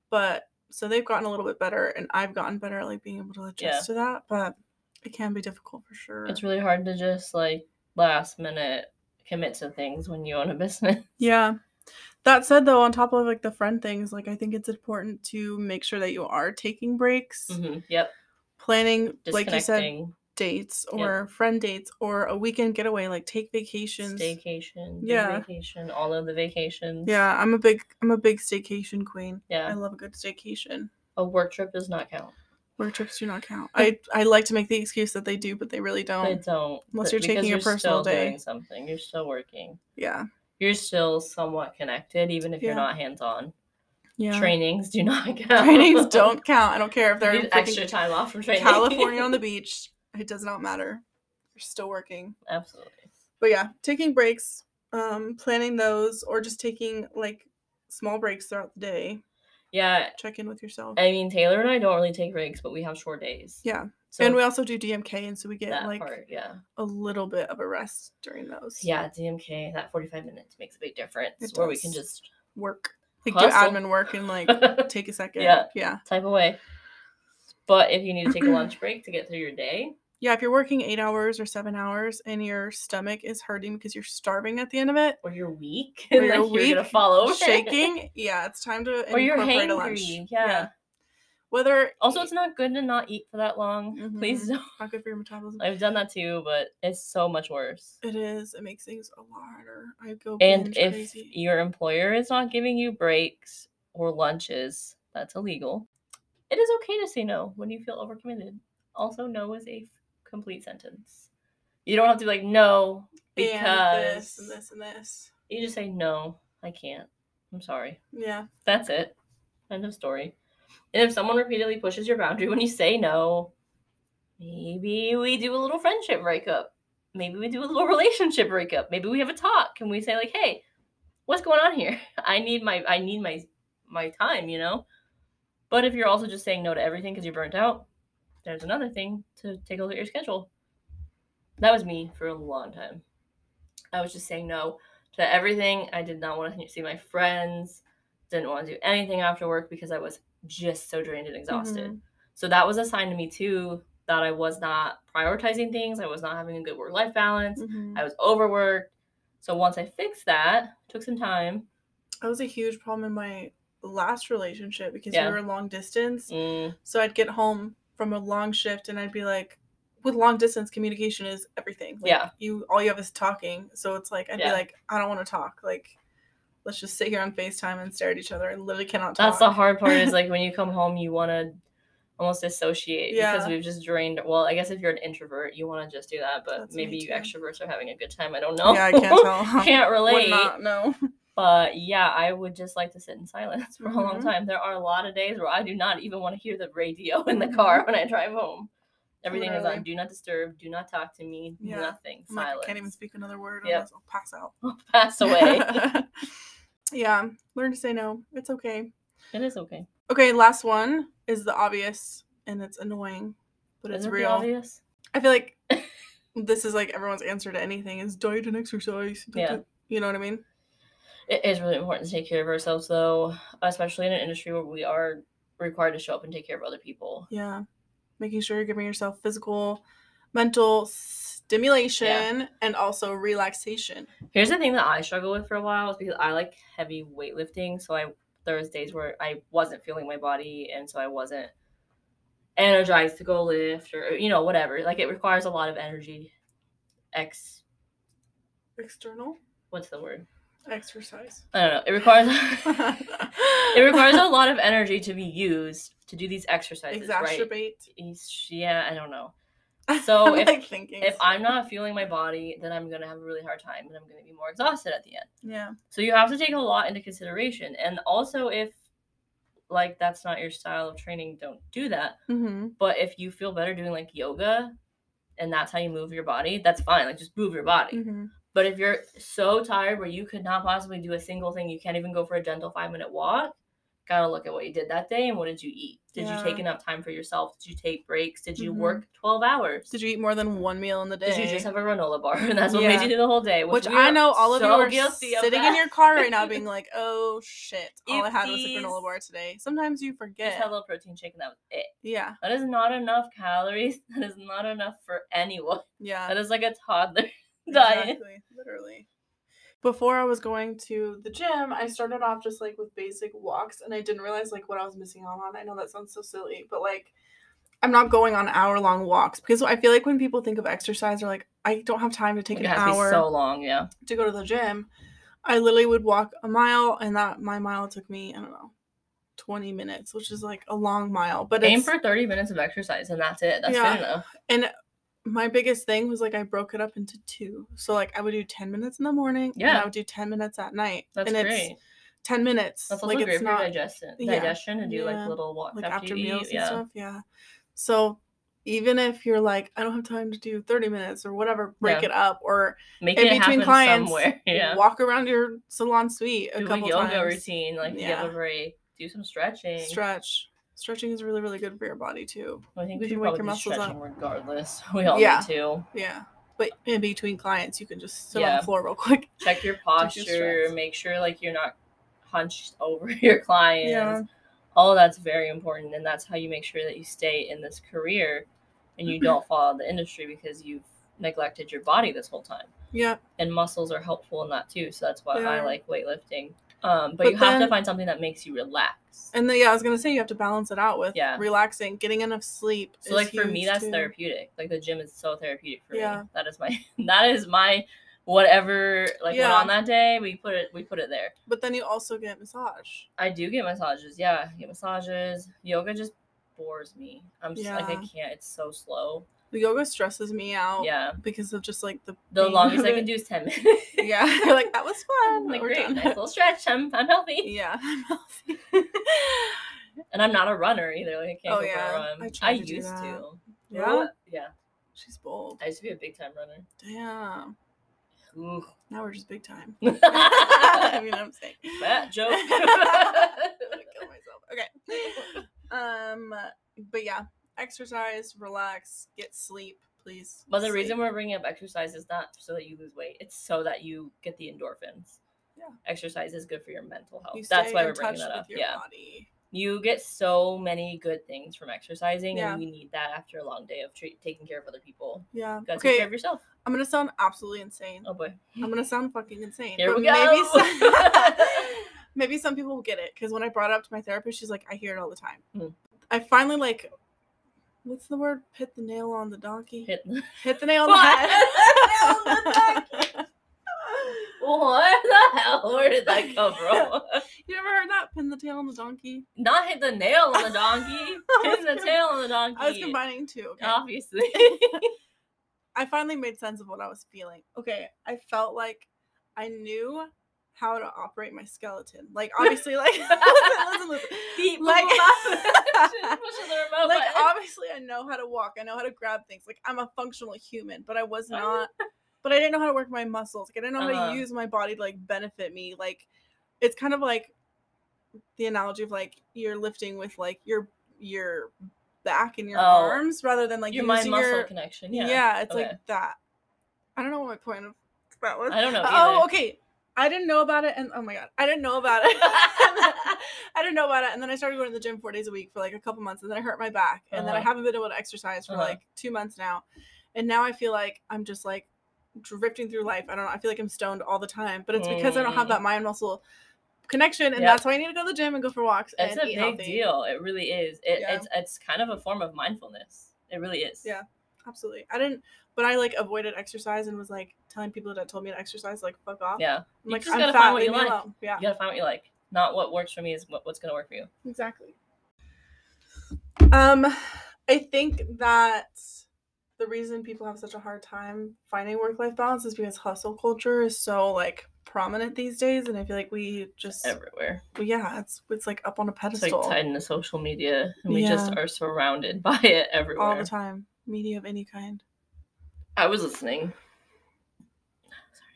S1: but so they've gotten a little bit better and i've gotten better at like being able to adjust
S2: Yeah.
S1: to that but it can be difficult for sure
S2: it's really hard to just like last minute commit to things when you own a *laughs* business.
S1: yeah that said though on top of like the friend things like i think it's important to make sure that you are taking breaks
S2: Mhm, Yep.
S1: planning like you said
S2: Disconnecting.
S1: dates or friend dates or a weekend getaway, like take vacations.
S2: Staycation. big
S1: Yeah.
S2: Vacation. All of the vacations.
S1: Yeah, I'm a big I'm a big staycation queen. I
S2: Yeah.
S1: love a good staycation.
S2: A work trip does not count.
S1: Work trips do not count. I I like to make the excuse that they do, but they really
S2: I
S1: don't.
S2: don't.
S1: Unless
S2: but-
S1: you're
S2: because
S1: taking a personal
S2: still
S1: day.
S2: Doing something. You're still working.
S1: Yeah.
S2: You're still somewhat connected, even if
S1: Yeah.
S2: you're not hands on.
S1: Yeah.
S2: Trainings do not *laughs*
S1: *laughs*
S2: count.
S1: Trainings don't count. I don't care if
S2: *laughs* You
S1: they're
S2: need
S1: in
S2: extra
S1: freaking
S2: time off from training.
S1: California on the beach. It does not matter. You're still working.
S2: *laughs* Absolutely.
S1: But yeah, taking breaks, um, planning those, or just taking like small breaks throughout the day.
S2: Yeah.
S1: Check in with yourself.
S2: I mean, Taylor and I don't really take breaks, but we have short days.
S1: yeah.
S2: So
S1: and we also do DMK and so we get
S2: that
S1: like
S2: part, yeah.
S1: a little bit of a rest during those.
S2: Yeah, DMK, that 45 minutes makes a big difference.
S1: It
S2: Or we can
S1: does.
S2: just
S1: Work. Like do
S2: Hustle.
S1: admin work and
S2: *laughs*
S1: like take a second.
S2: Yeah.
S1: Yeah.
S2: type away. But if you need to take a lunch break to get through your day,
S1: Yeah. If you're working eight hours or seven hours and your stomach is hurting because you're starving at the end of it,
S2: or you're *laughs* weak,
S1: Or
S2: and
S1: you're
S2: like you're gonna
S1: weak,
S2: fall over,
S1: shaking, yeah, it's time to
S2: or you're
S1: incorporate a lunch.
S2: hangry. Yeah.
S1: Whether
S2: Also, it's not good to not eat for that long. Please don't. *laughs*
S1: not good for your metabolism.
S2: I've done that too, but it's so much worse.
S1: It is. It makes things a lot harder. I go
S2: And
S1: binge
S2: if
S1: crazy.
S2: your employer is not giving you breaks or lunches, that's illegal. It is okay to say no when you feel overcommitted. Also, no is a complete sentence. You don't have to be like no
S1: and this
S2: because
S1: and this and this.
S2: you just say no. I can't. I'm sorry.
S1: Yeah,
S2: That's it. End of story. And if someone repeatedly pushes your boundary when you say no, maybe we do a little friendship breakup. Maybe we do a little relationship breakup. Maybe we have a talk and we say like, "Hey, what's going on here? *laughs* I need my I need my my time, you know." But if you're also just saying no to everything because you're burnt out, there's another thing to take a look at your schedule. That was me for a long time. I was just saying no to everything. I did not want to see my friends didn't want to do anything after work because I was just so drained and exhausted.
S1: Mhm.
S2: So that was a sign to me too that I was not prioritizing things. I was not having a good work life balance.
S1: Mhm.
S2: I was overworked. So once I fixed that, took some time.
S1: That was a huge problem in my last relationship because
S2: Yeah.
S1: we were long distance.
S2: Mm,
S1: So I'd get home from a long shift and I'd be like, with long distance communication is everything. Like,
S2: Yeah.
S1: You all you have is talking. So it's like I'd be
S2: Yeah.
S1: like, I don't want to talk. Like, let's just sit here on FaceTime and stare at each other. I literally cannot talk.
S2: that's the hard part
S1: *laughs*
S2: is like when you come home, you want to almost dissociate because
S1: Yeah.
S2: we've just drained. Well, I guess if you're an introvert, you want to just do that, but
S1: That's me
S2: maybe you
S1: too.
S2: extroverts are having a good time. I don't know.
S1: Yeah, I can't
S2: *laughs*
S1: tell.
S2: can't relate.
S1: *laughs* Would not know.
S2: But yeah, I would just like to sit in silence *laughs* for a long
S1: Mhm.
S2: time. There are a lot of days where I do not even want to hear the radio in the
S1: Mm-hmm.
S2: car when I drive home. Everything is on
S1: Literally.
S2: do not disturb, do not talk to me,
S1: Yeah.
S2: nothing,
S1: I'm like,
S2: silence.
S1: I can't even speak another word.
S2: Yep.
S1: Otherwise I'll pass out.
S2: *laughs*
S1: *laughs*
S2: Pass away.
S1: yeah. Learn to say no. It's okay.
S2: it is okay.
S1: Okay, last one is the obvious and it's annoying, but
S2: Is
S1: it's
S2: it
S1: real.
S2: obvious?
S1: I feel like this is like everyone's answer to anything is diet and exercise.
S2: Yeah.
S1: You know what I mean?
S2: It is really important to take care of ourselves, though, especially in an industry where we are required to show up and take care of other people.
S1: Yeah. Making sure you're giving yourself physical, mental stimulation and also relaxation.
S2: Here's the thing that I struggle with for a while is because I like heavy weightlifting, so I there was days where I wasn't feeling my body, and so I wasn't energized to go lift or you know whatever. Like it requires a lot of energy. Ex,
S1: External
S2: what's the word?
S1: exercise.
S2: I don't know. It requires *laughs*
S1: *laughs*
S2: it requires a lot of energy to be used to do these exercises,
S1: exacerbate.
S2: right? Each- Yeah, I don't know. So
S1: I'm,
S2: Oh, if-
S1: like thinking
S2: If I'm not feeling my body, then I'm gonna have a really hard time, and I'm gonna be more exhausted at the end.
S1: yeah.
S2: So you have to take a lot into consideration. And also if like that's not your style of training, don't do that.
S1: Mm-hmm.
S2: But if you feel better doing like yoga and that's how you move your body, that's fine. Like just move your body.
S1: Mm-hmm.
S2: But if you're so tired where you could not possibly do a single thing, you can't even go for a gentle 5-minute walk, got to look at what you did that day and what did you eat? Did
S1: Yeah.
S2: you take enough time for yourself? Did you take breaks? Did you
S1: Mhm.
S2: work 12 hours?
S1: Did you eat more than one meal in the day?
S2: Did you just have a granola bar *laughs* and that's what
S1: Yeah.
S2: made you do the whole day?
S1: which
S2: we
S1: I
S2: are
S1: know all of
S2: so
S1: you are
S2: guilty of
S1: sitting in
S2: that.
S1: your car right
S2: *laughs*
S1: now being like, oh shit, all I had was a
S2: Oopsies.
S1: granola bar today. Sometimes you
S2: just
S1: forget.
S2: had a little protein shake and that was it.
S1: yeah,
S2: That is not enough calories. *laughs* That is not enough for anyone.
S1: yeah.
S2: That is like a toddler *laughs*
S1: Uh,
S2: diet.
S1: Exactly, literally. Before I was going to the gym, I started off just like with basic walks and I didn't realize like what I was missing out on. I know that sounds so silly, but like I'm not going on hour long walks because I feel like when people think of exercise, they're like, I don't have time to take
S2: Like,
S1: an
S2: it has to
S1: hour
S2: be so long, yeah.
S1: to go to the gym. I literally would walk a mile, and that my mile took me I don't know, 20 minutes, which is like a long mile. But
S2: Aim
S1: it's,
S2: for 30 minutes of exercise and that's it. That's
S1: Yeah.
S2: good enough.
S1: and my biggest thing was like I broke it up into two. So like I would do 10 minutes in the morning, and I
S2: Yeah.
S1: would do 10 minutes at night,
S2: That's
S1: and
S2: great.
S1: it's 10 minutes.
S2: That's also
S1: like
S2: great
S1: it's
S2: for your
S1: not
S2: digestion,
S1: yeah,
S2: digestion and do
S1: yeah,
S2: like little walks
S1: like
S2: after,
S1: after
S2: you
S1: meals
S2: eat.
S1: and
S2: Yeah.
S1: stuff. Yeah. So even if you're like, I don't have time to do 30 minutes or whatever, break
S2: Yeah.
S1: it up or
S2: Make
S1: in
S2: it
S1: between
S2: happen
S1: clients,
S2: somewhere. *laughs* Yeah.
S1: walk around your salon suite a
S2: do a
S1: couple
S2: yoga
S1: times.
S2: routine. Like you have
S1: Yeah.
S2: a break. Do some stretching.
S1: Stretch. Stretching is really, really good for your body too.
S2: I think we
S1: You
S2: should
S1: can wake your
S2: probably be
S1: muscles up.
S2: stretching regardless. *laughs* We all
S1: Yeah.
S2: need to.
S1: Yeah. But in between clients, you can just sit on
S2: Yeah.
S1: the floor real quick. *laughs*
S2: Check your
S1: your
S2: posture.
S1: stress.
S2: make sure like you're not hunched *laughs* over your clients.
S1: Yeah.
S2: All of that's very important. And that's how you make sure that you stay in this career and
S1: *clears throat*
S2: you don't fall out of the industry because you've neglected your body this whole time.
S1: Yeah.
S2: and muscles are helpful in that too. So that's why
S1: They
S2: I
S1: are.
S2: like weightlifting. Um, but,
S1: But
S2: you have
S1: then-
S2: to find something that makes you relax.
S1: And then, yeah, I was going to say you have to balance it out with
S2: Yeah.
S1: relaxing, getting enough sleep.
S2: So
S1: is
S2: like for me,
S1: huge,
S2: that's
S1: too.
S2: therapeutic. Like the gym is so therapeutic for
S1: Yeah.
S2: me. That is my *laughs* that is my whatever like went
S1: Yeah.
S2: on that day. We put it we put it there.
S1: But then you also get massage.
S2: I do get massages. Yeah, I get massages. Yoga just bores me. I'm just like I
S1: Yeah. Oh,
S2: can't. It's so slow.
S1: The yoga stresses me out
S2: Yeah,
S1: because of just like the
S2: the
S1: pain
S2: longest
S1: of
S2: I can
S1: *laughs* it.
S2: do is ten minutes. *laughs*
S1: Yeah, *laughs* you're like that was fun.
S2: like
S1: we're
S2: great,
S1: done."
S2: *laughs* nice little stretch. I'm I'm healthy.
S1: yeah, *laughs*
S2: *laughs* and I'm not a runner either. Like I can't
S1: Oh,
S2: go
S1: yeah.
S2: for a run.
S1: I
S2: I,
S1: tried to do
S2: used
S1: that.
S2: to.
S1: yeah.
S2: Yeah.
S1: She's bold.
S2: I used to be a big time runner.
S1: Damn. *laughs*
S2: Ooh. *laughs*
S1: Now we're just big time. *laughs* I
S2: Fat
S1: mean, I'm
S2: *laughs*
S1: saying. *laughs*
S2: joke.
S1: I'm gonna kill myself. Okay. *laughs* Um, but yeah, exercise, relax, get sleep, please.
S2: but the
S1: Sleep.
S2: reason we're bringing up exercise is not so that you lose weight. It's so that you get the endorphins.
S1: Yeah.
S2: Exercise is good for your mental health.
S1: you
S2: That's
S1: stay
S2: why
S1: in
S2: we're bringing
S1: touch
S2: that up.
S1: With your
S2: Yeah.
S1: Body.
S2: You get so many good things from exercising,
S1: Yeah.
S2: and you need that after a long day of treat- taking care of other people.
S1: Yeah.
S2: You gotta take
S1: Okay.
S2: care of yourself.
S1: I'm gonna sound absolutely insane.
S2: Oh boy.
S1: I'm gonna sound fucking insane.
S2: Here
S1: but
S2: we go.
S1: Maybe some, *laughs* maybe some people will get it because when I brought it up to my therapist, she's like, "I hear it all the time."
S2: Mm.
S1: I finally like, what's the word? Hit the nail on the donkey. Hit,
S2: *laughs* Hit
S1: the
S2: the-
S1: nail on the
S2: What?
S1: head.
S2: What the hell? Where did that come from?
S1: *laughs* you ever heard that? Pin the tail on the donkey.
S2: Not hit the nail on the donkey.
S1: *laughs* I
S2: Pin
S1: was
S2: the
S1: com-
S2: tail on the donkey.
S1: I was combining two. Okay.
S2: Uh-huh. Obviously.
S1: I finally made sense of what I was feeling. Okay, I felt like I knew how to operate my skeleton. Like obviously, like *laughs* listen,
S2: *laughs*
S1: listen, listen.
S2: Beep,
S1: Like- *laughs*
S2: boop, boop. Just pushing the remote
S1: like
S2: button.
S1: obviously I know how to walk. I know how to grab things. Like I'm a functional human, but I was not. but I didn't know how to work my muscles. Like I didn't know how
S2: Oh, Uh-huh.
S1: to use my body to like benefit me. Like it's kind of like the analogy of like you're lifting with like your your back and your
S2: Oh.
S1: arms rather than like
S2: your mind
S1: using
S2: muscle
S1: your
S2: connection.
S1: yeah,
S2: Yeah.
S1: it's
S2: Okay.
S1: like that. I don't know what my point of that was.
S2: I don't know
S1: Oh,
S2: either.
S1: okay. I didn't know about it, and oh my god, I didn't know about it. *laughs* I didn't know about it, and then I started going to the gym four days a week for like a couple months, and then I hurt my back, and then I
S2: Uh-huh.
S1: haven't been able to exercise for
S2: Uh-huh.
S1: like two months now, and now I feel like I'm just like drifting through life. I don't know. I feel like I'm stoned all the time, but it's because I don't have
S2: Mm.
S1: that mind muscle connection, and
S2: Yep.
S1: that's why I need to go to the gym and go for walks
S2: It's
S1: and
S2: a
S1: eat
S2: big
S1: healthy.
S2: deal. It really is. It,
S1: Yeah.
S2: It's it's kind of a form of mindfulness. It really is.
S1: Yeah. Absolutely, I didn't, but I like avoided exercise and was like telling people that told me to exercise like fuck off.
S2: Yeah.
S1: I'm
S2: You
S1: like,
S2: just
S1: I'm
S2: gotta
S1: fat,
S2: find what
S1: leave
S2: you
S1: me
S2: like.
S1: alone. Yeah,
S2: You gotta find what you like. Not what works for me is what, what's gonna work for you.
S1: exactly. Um, I think that the reason people have such a hard time finding work-life balance is because hustle culture is so like prominent these days, and I feel like we just,
S2: Everywhere.
S1: well, yeah, it's it's like up on a
S2: It's like
S1: pedestal
S2: tied into social media, and we just are surrounded *laughs* by it everywhere.
S1: all the time. Media of any kind.
S2: I was listening. Sorry.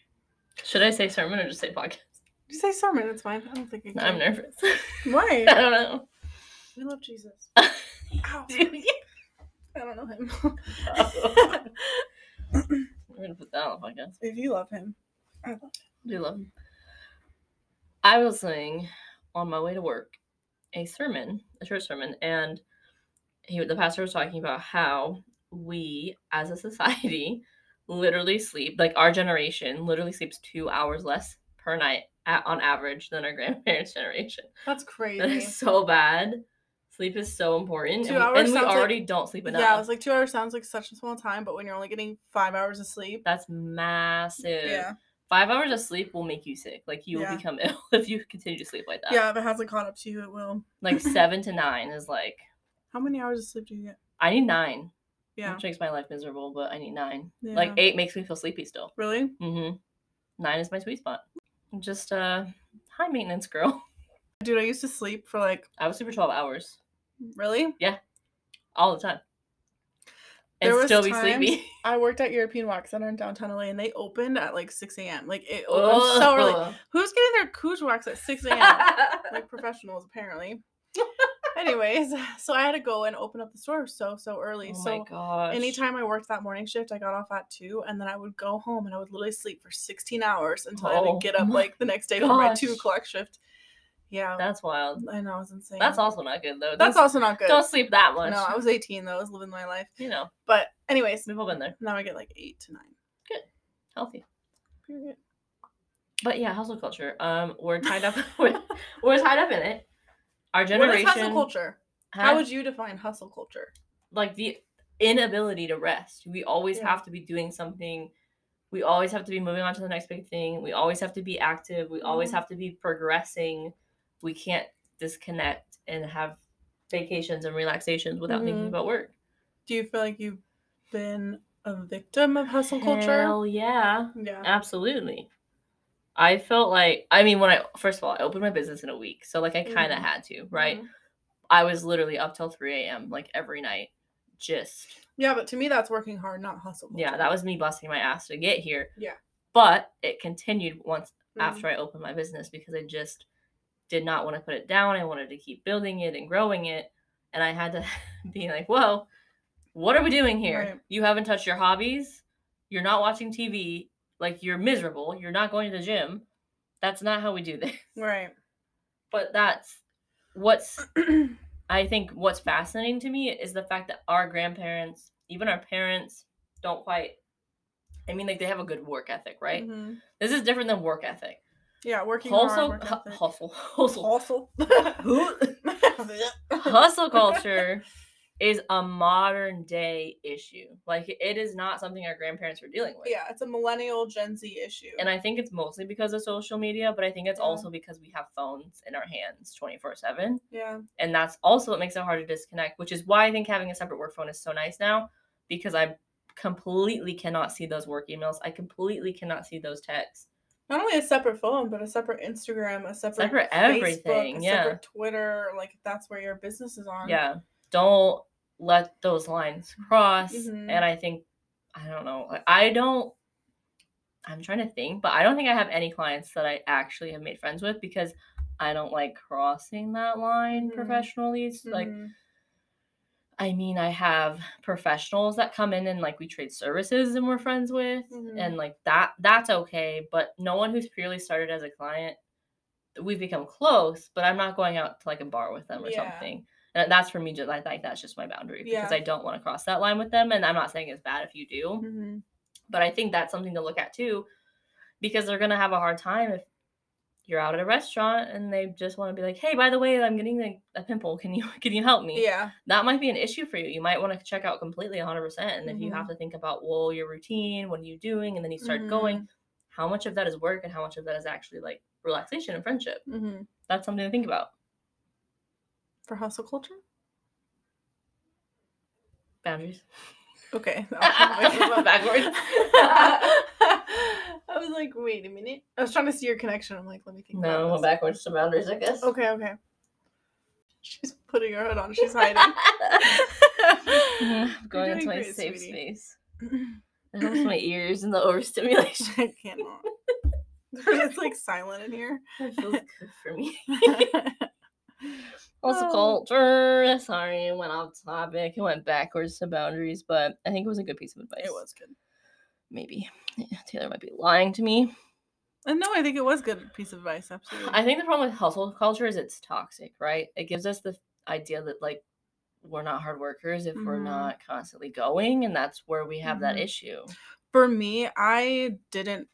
S2: Should I say sermon or just say podcast?
S1: Did you say sermon? It's fine. I don't think I can.
S2: I'm nervous. *laughs* I *laughs*
S1: Why?
S2: don't know.
S1: we love
S2: *laughs*
S1: Jesus. Ow.
S2: Do you?
S1: I don't know him. *laughs*
S2: We're gonna put that on the podcast.
S1: if you love him, I love him.
S2: Do love. him. I was listening on my way to work a sermon, a church sermon, and he the pastor was talking about how we as a society *laughs* literally sleep like our generation literally sleeps two hours less per *laughs* night a on average than our grandparents' generation.
S1: That's
S2: That
S1: crazy.
S2: is so bad Sleep is so important.
S1: Mm-hmm. Two
S2: and,
S1: hours
S2: and we
S1: sounds like-
S2: already don't sleep enough.
S1: yeah, I was like two hours sounds like such a small time, but when you're only getting five hours of sleep,
S2: That's massive.
S1: yeah,
S2: Five hours of sleep will make you sick. Like you will
S1: Yeah.
S2: become *laughs* ill if you continue to sleep like that.
S1: yeah, if it hasn't caught up to you, it will.
S2: Like seven to nine is like
S1: How many hours of sleep do you get?
S2: I need nine.
S1: Yeah,
S2: Which makes my life miserable, but I need nine.
S1: Yeah.
S2: Like eight makes me feel sleepy still.
S1: really?
S2: Mm-hmm. Nine is my sweet spot. I'm just a high maintenance girl. *laughs*
S1: Dude, I used to sleep for like
S2: I was sleep for twelve hours
S1: really.
S2: all the time, and
S1: There was
S2: still be
S1: times-
S2: sleepy. *laughs*
S1: I worked at European Walk Center in downtown LA, and they opened at like 6 a.m. Like it opened so early.
S2: *laughs*
S1: Who's getting their cooch wax at 6 a.m.? like professionals apparently. Anyways, so I had to go and open up the store so so early.
S2: oh my
S1: so
S2: gosh.
S1: anytime I worked that morning shift, I got off at two, and then I would go home and I would literally sleep for 16 hours until I had
S2: Oh
S1: to get up
S2: my
S1: like the next day for my
S2: gosh.
S1: two o'clock shift. Yeah,
S2: That's wild.
S1: I know it's insane.
S2: That's also not good though.
S1: That's
S2: Don't-
S1: also not good.
S2: Don't sleep that much.
S1: No, I was 18 though. I was living my life.
S2: you know,
S1: But anyways,
S2: we've all been there.
S1: now I get like eight to nine.
S2: Healthy.
S1: Period.
S2: But yeah, hustle culture. Um, we're tied up. *laughs* We're, we're tied up in it. Our
S1: What
S2: generation.
S1: is hustle culture?
S2: has-
S1: How would you define hustle culture?
S2: like the inability to rest. We always
S1: Yeah.
S2: have to be doing something. We always have to be moving on to the next big thing. We always have to be active. We always
S1: Mhm.
S2: have to be progressing. We can't disconnect and have vacations and relaxations without thinking
S1: Mhm.
S2: about work.
S1: Do you feel like you've been a victim of hustle culture?
S2: Hell yeah.
S1: Yeah.
S2: Absolutely. I felt like I mean when I first of all I opened my business in a week. So like I kind of
S1: Mhm.
S2: had to, right?
S1: Mhm.
S2: I was literally up till 3 a.m. like every night. Just
S1: Yeah, but to me, that's working hard, not hustle.
S2: yeah,
S1: culture.
S2: that was me busting my ass to get here.
S1: Yeah.
S2: But it continued once
S1: Mhm.
S2: after I opened my business because I just did not want to put it down. I wanted to keep building it and growing it. And I had to *laughs* be like, whoa, what are we doing here?
S1: Right.
S2: You haven't touched your hobbies. You're not watching TV. Like, you're miserable. You're not going to the gym. That's not how we do this. *laughs*
S1: Right.
S2: But that's what's I think what's fascinating to me is the fact that our grandparents, even our parents, don't quite. I mean, like they have a good work ethic, right?
S1: Mhm.
S2: This is different than work ethic.
S1: Yeah, working
S2: Hustle,
S1: hard. work
S2: hu-
S1: ethic.
S2: hustle, *laughs* hustle,
S1: Hustle. *laughs* *laughs*
S2: hustle culture is a modern day issue. Like it is not something our grandparents were dealing with.
S1: yeah, it's a millennial Gen Z issue.
S2: And I think it's mostly because of social media, but I think it's
S1: Yeah.
S2: also because we have phones in our hands 24 7.
S1: yeah,
S2: and that's also what makes it hard to disconnect which is why i think having a separate work phone is so nice now because i completely cannot see those work emails i completely cannot see those texts
S1: not only a separate phone, but a separate Instagram, a separate,
S2: Separate
S1: Facebook,
S2: everything,
S1: a
S2: yeah.
S1: separate Twitter. Like if that's where your business is on.
S2: yeah don't let those lines cross
S1: Mhm.
S2: and i think i don't know like, i don't i'm trying to think but i don't think i have any clients that i actually have made friends with because i don't like crossing that line
S1: Mhm.
S2: professionally so, like
S1: Mhm.
S2: I mean, I have professionals that come in and like we trade services and we're friends with,
S1: Mhm.
S2: and like that that's okay. But no one who's purely started as a client, we've become close. But I'm not going out to like a bar with them or
S1: Yeah.
S2: something. And that's for me. Just I think that's just my boundary because
S1: Yeah.
S2: I don't want to cross that line with them. And I'm not saying it's bad if you do,
S1: Mhm.
S2: but I think that's something to look at too, because they're gonna have a hard time if you're out at a restaurant and they just want to be like, hey, by the way, I'm getting like, a pimple. Can you *laughs* can you help me?
S1: yeah,
S2: that might be an issue for you. You might want to check out completely 100%. And if you
S1: Mhm.
S2: have to think about, well, your routine, what are you doing? And then you start
S1: Mm-hmm.
S2: going, how much of that is work and how much of that is actually like relaxation and friendship?
S1: Mhm. Mhm.
S2: That's something to think about.
S1: for hustle culture.
S2: Boundaries.
S1: Okay. *laughs*
S2: *laughs* Backwards.
S1: I was like, wait a minute. I was trying to see your connection. I'm like, let me think.
S2: *laughs* No,
S1: about
S2: went
S1: this.
S2: backwards to boundaries, I guess. *laughs*
S1: Okay, okay. *laughs* She's putting her hood on. She's hiding. *laughs*
S2: I'm going
S1: doing
S2: into my
S1: great,
S2: safe
S1: sweetie.
S2: space.
S1: *laughs*
S2: It helps my ears and the overstimulation.
S1: I
S2: *laughs*
S1: cannot. *laughs* it's like silent in here. *laughs*
S2: It feels good for *laughs* me. Also,
S1: Oh.
S2: culture. Sorry, it went off topic. It went backwards to boundaries, but I think it was a good piece of advice.
S1: It was good.
S2: maybe Yeah, Taylor might be lying to me.
S1: And no, I think it was good piece of advice. Absolutely.
S2: I think the problem with hustle culture is it's toxic, right? It gives us the idea that like we're not hard workers if we're
S1: Mhm.
S2: not
S1: Mm-hmm.
S2: constantly going, and that's where we have that
S1: Mhm.
S2: issue.
S1: For me, I didn't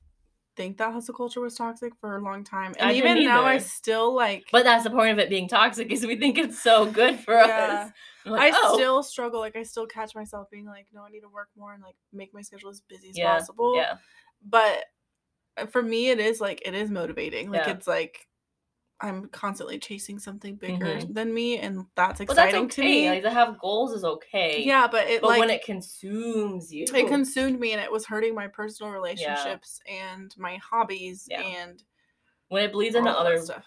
S1: think that hustle culture was toxic for a long time. And
S2: I didn't
S1: even now I
S2: either.
S1: still like
S2: But that's the point of it being toxic is we think it's so good for
S1: Yeah.
S2: us. I'm like,
S1: I
S2: oh,
S1: still struggle. Like I still catch myself being like, no, I need to work more and like make my schedule as busy as
S2: Yeah,
S1: possible.
S2: yeah.
S1: But uh, for me, it is like it is motivating. Like
S2: Yeah.
S1: it's like I'm constantly chasing something bigger than me, and that's
S2: But
S1: exciting
S2: Mm-hmm. that's okay.
S1: to me.
S2: Like to have goals is okay.
S1: yeah, but it
S2: But
S1: like
S2: when it consumes you,
S1: it consumed me, and it was hurting my personal relationships and my hobbies
S2: Yeah.
S1: and
S2: when it bleeds
S1: all
S2: into
S1: of that
S2: other
S1: stuff.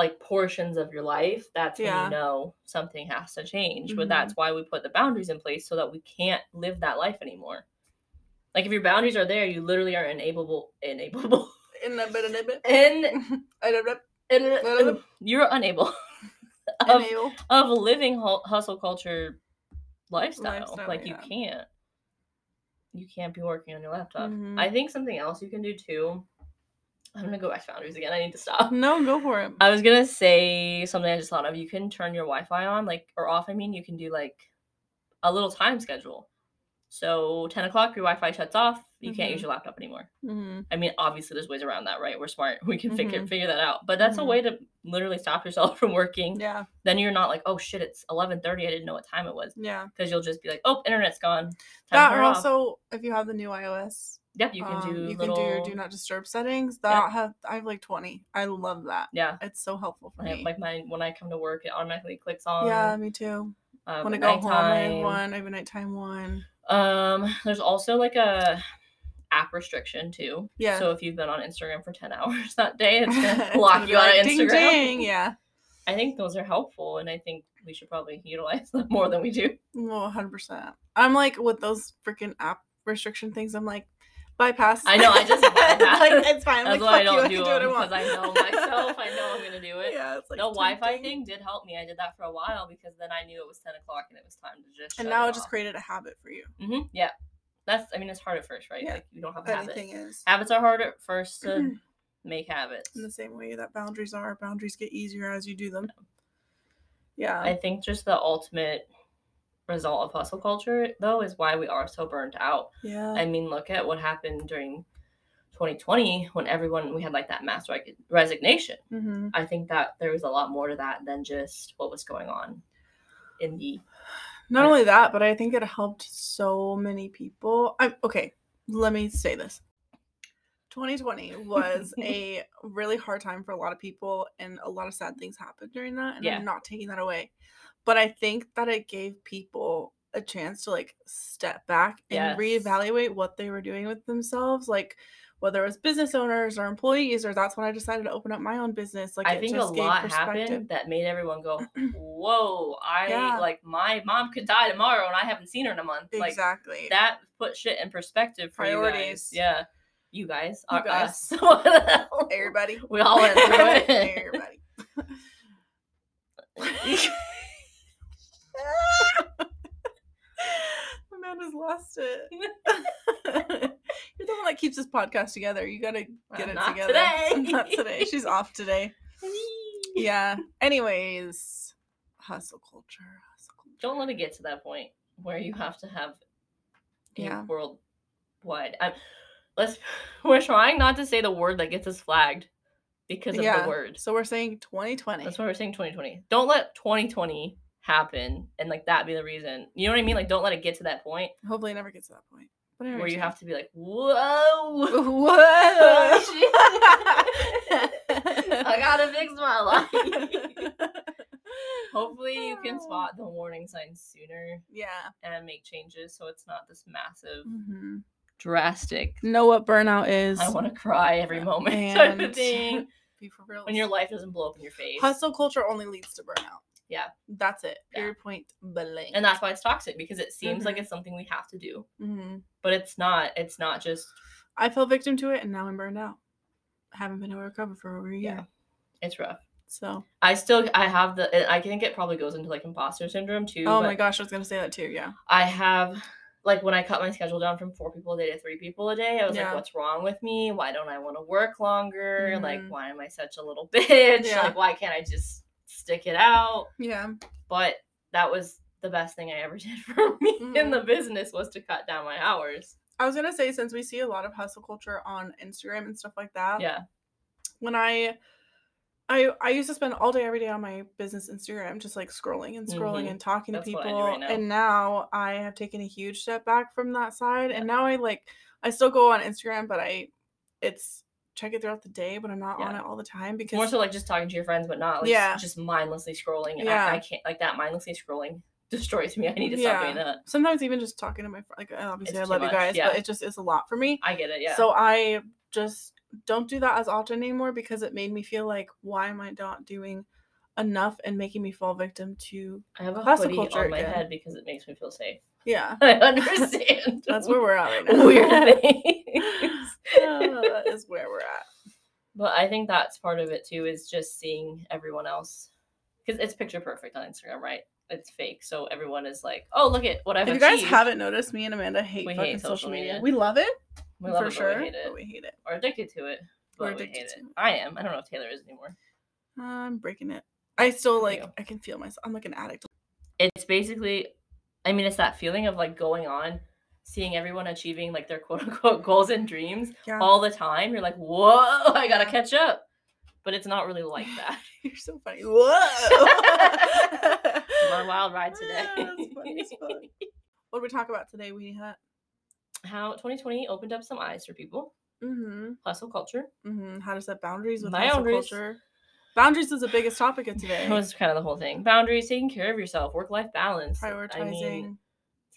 S2: like portions of your life, that's when
S1: Yeah.
S2: you know something has to change.
S1: Mhm.
S2: But that's why we put the boundaries in place so that we can't live that life anymore. Like if your boundaries are there, you literally are enableable, *laughs* enableable,
S1: In a bit, in a
S2: *laughs*
S1: bit, *laughs*
S2: and,
S1: in a bit, *laughs*
S2: and you're unable *laughs* of *laughs*
S1: nail.
S2: of living hu- hustle culture lifestyle.
S1: Lifestyle, yeah.
S2: like you can't, you can't be working on your laptop.
S1: Mhm.
S2: I think something else you can do too. I'm gonna go back to boundaries again. I need to stop.
S1: No, go for it.
S2: I was gonna say something I just thought of. You can turn your Wi-Fi on, like or off. I mean, you can do like a little time schedule. So ten o'clock, your Wi-Fi shuts off. You can't use
S1: Mhm.
S2: your laptop anymore.
S1: hmm
S2: I mean, obviously, there's ways around that, right? We're smart. We can figure
S1: Mhm.
S2: figure that out. But that's
S1: Mhm.
S2: a way to literally stop yourself *laughs* from working.
S1: Yeah,
S2: Then you're not like, oh shit, it's eleven thirty. I didn't know what time it was
S1: yeah.
S2: because you'll just be like, oh, internet's gone. Time
S1: that
S2: to
S1: or
S2: turn it off.
S1: also if you have the new iOS,
S2: yeah, you can
S1: um,
S2: do
S1: you
S2: little
S1: can do your do not disturb settings. That have I have like twenty. I love that.
S2: yeah.
S1: It's so helpful for
S2: I have,
S1: me.
S2: like mine when I come to work, it automatically clicks on.
S1: yeah, me too.
S2: um,
S1: When I
S2: at
S1: go home, I have
S2: nighttime.
S1: one. I have a nighttime one.
S2: Um, there's also like a app restriction too.
S1: Yeah.
S2: So if you've been on Instagram for ten *laughs* hours that day, it's gonna
S1: *laughs* It's
S2: block
S1: gonna be
S2: you out
S1: like,
S2: of
S1: ding,
S2: Instagram.
S1: ding. Yeah,
S2: I think those are helpful, and I think we should probably utilize *laughs* them more than we do.
S1: one hundred percent. I'm like with those freaking app restriction things. I'm like bypass.
S2: I know, I
S1: *laughs*
S2: just
S1: it's,
S2: bypass.
S1: like, it's fine. I'm like,
S2: That's why I
S1: fuck
S2: don't
S1: you.
S2: do
S1: I
S2: them
S1: can do
S2: because
S1: what
S2: I
S1: I *laughs*
S2: know
S1: want.
S2: myself. I know I'm gonna do it.
S1: Yeah, it's like
S2: the
S1: ding,
S2: Wi-Fi
S1: ding.
S2: thing did help me. I did that for a while because then I knew it was ten o'clock and it was time to just.
S1: And
S2: shut
S1: now
S2: it
S1: it just created a habit for you.
S2: hmm Yeah, that's. I mean, it's hard at first, right?
S1: Yeah.
S2: Like you don't have a habit.
S1: Anything is.
S2: Habits are hard at
S1: *clears throat*
S2: first to make habits.
S1: in the same way that boundaries are. Boundaries get easier as you do them. Yeah.
S2: I think just the ultimate result of hustle culture, though, is why we are so burnt out.
S1: yeah.
S2: I mean, look at what happened during 2020 when everyone, we had like that mass reg- resignation.
S1: hmm
S2: I think that there was a lot more to that than just what was going on in the.
S1: Not
S2: I-
S1: only that, but I think it helped so many people. I, okay, let me say this. 2020
S2: *laughs*
S1: was a really hard time for a lot of people, and a lot of sad things happened during that. And
S2: Yeah.
S1: I'm not taking that away. But I think that it gave people a chance to like step back and
S2: Yes.
S1: reevaluate what they were doing with themselves. Like, whether it was business owners or employees, or that's when I decided to open up my own business. Like,
S2: I
S1: it
S2: think a
S1: just gave
S2: lot
S1: perspective.
S2: happened that made
S1: *clears throat*
S2: everyone go, whoa, I
S1: Yeah.
S2: like my mom could die tomorrow and I haven't seen her in a month. Like,
S1: Exactly.
S2: that put shit in perspective for you
S1: Priorities.
S2: guys. Yeah. You guys
S1: You
S2: are
S1: guys.
S2: us. *laughs* What the hell?
S1: Everybody. *laughs*
S2: We all went through *laughs* it.
S1: Everybody.
S2: *laughs*
S1: Amanda's lost it. *laughs* You're the one that keeps this podcast together. You gotta get
S2: Uh,
S1: it
S2: not
S1: together.
S2: today.
S1: *laughs* Not
S2: *laughs*
S1: today. She's off today. Yeah. Anyways, hustle culture. Hustle culture.
S2: Don't let it get to that point where you have to have a
S1: Yeah.
S2: worldwide. I'm, let's. *laughs* We're trying not to say the word that gets us flagged because of
S1: Yeah.
S2: the word.
S1: So we're saying 2020.
S2: That's why we're saying 2020. Don't let 2020 happen and like that be the reason. You know what I mean? Like don't let it get to that point
S1: Hopefully, it never gets to that point. But I
S2: where you
S1: understand. *laughs*
S2: have to be like, whoa. *laughs* I
S1: Whoa.
S2: gotta fix
S1: *laughs*
S2: my life. *laughs* Hopefully, you can spot the warning signs sooner
S1: Oh. Yeah.
S2: and make changes so it's not this massive,
S1: hmm
S2: drastic.
S1: Know what burnout is.
S2: I want to cry every moment *laughs* type
S1: And-
S2: of thing.
S1: *laughs* Be for real.
S2: When your life doesn't blow up in your face,
S1: hustle culture only leads to burnout.
S2: Yeah.
S1: That's it.
S2: Yeah.
S1: Period. Point blank.
S2: and that's why it's toxic because it seems like
S1: Mhm.
S2: it's something we have to do,
S1: hmm
S2: but it's not. It's not just.
S1: I fell victim to it, and now I'm burned out. Haven't been able to recover for over a year.
S2: Yeah. It's rough.
S1: So.
S2: I still I have the I think it probably goes into like imposter syndrome too.
S1: Oh
S2: but
S1: my gosh, I was gonna say that too. Yeah.
S2: I have like when I cut my schedule down from four people a day to three people a day, I was
S1: Yeah.
S2: like, what's wrong with me? Why don't I want to work longer? Like,
S1: Mhm.
S2: why am I such a little *laughs* bitch?
S1: Yeah.
S2: Like, why can't I just stick it out?
S1: Yeah.
S2: But that was the best thing I ever *laughs* did for me in
S1: Mhm.
S2: the business was to cut down my hours.
S1: I was gonna say since we see a lot of hustle culture on Instagram and stuff like that.
S2: Yeah.
S1: When I I I used to spend all day every day on my business Instagram just like scrolling and scrolling
S2: Mhm.
S1: and talking
S2: That's
S1: to
S2: what I
S1: people.
S2: do right now.
S1: And now I have taken a huge step back from that side. And
S2: Yeah.
S1: now I like I still go on Instagram, but I it's check it throughout the day, but I'm not on
S2: Yeah.
S1: it all the time because
S2: More so like just talking to your friends, but not like
S1: Yeah.
S2: just mindlessly scrolling. And
S1: Yeah.
S2: I, I can't like that mindlessly scrolling *laughs* destroys me. I need to stop
S1: Yeah.
S2: doing that.
S1: sometimes even just talking to my friend like obviously
S2: It's
S1: I
S2: too
S1: love you
S2: much,
S1: guys,
S2: yeah.
S1: but it just is a lot for me.
S2: I get it. Yeah.
S1: So I just don't do that as often anymore because it made me feel like why am I not doing enough and making me fall victim to
S2: I have a
S1: hustle
S2: hoodie
S1: culture
S2: on my
S1: again.
S2: head because it makes me feel safe. *laughs*
S1: yeah.
S2: I understand.
S1: *laughs* That's
S2: *laughs*
S1: where we're at right now.
S2: we're
S1: *laughs*
S2: at. it. *laughs*
S1: Uh, that is where we're at.
S2: But I think that's part of it too is just seeing everyone else because it's picture perfect on Instagram, right? It's fake, so everyone is like, "Oh, look at what I've
S1: If you guys
S2: achieved."
S1: haven't noticed, me and Amanda hate
S2: We hate
S1: fucking
S2: social
S1: social, media.
S2: media.
S1: We love it
S2: we love
S1: for
S2: it, but
S1: sure,
S2: we hate it,
S1: but we hate it.
S2: or addicted to it. But
S1: We're
S2: we
S1: addicted
S2: hate
S1: to
S2: it.
S1: it.
S2: I am. I don't know if Taylor is anymore.
S1: I'm breaking it. I still like.
S2: you.
S1: I can feel myself. I'm like an addict.
S2: It's basically, I mean, it's that feeling of like going on, seeing everyone achieving like their quote *laughs* unquote goals and dreams,
S1: Yeah.
S2: all the time. You're like, whoa, *laughs* I gotta catch up. But it's not really like
S1: *laughs*
S2: that.
S1: You're so
S2: *laughs*
S1: funny. Whoa.
S2: We're a wild ride today.
S1: *laughs* Ah, that's funny as fuck. what did we talk about today? We had.
S2: *laughs* How 2020 opened up some eyes for people.
S1: Mm-hmm.
S2: Hustle culture.
S1: Mm-hmm. How to set boundaries with hustle
S2: Boundaries.
S1: culture. Boundaries is the biggest topic of today.
S2: That was kind of the whole thing. Boundaries, taking care of yourself, work life balance.
S1: Prioritizing.
S2: I mean,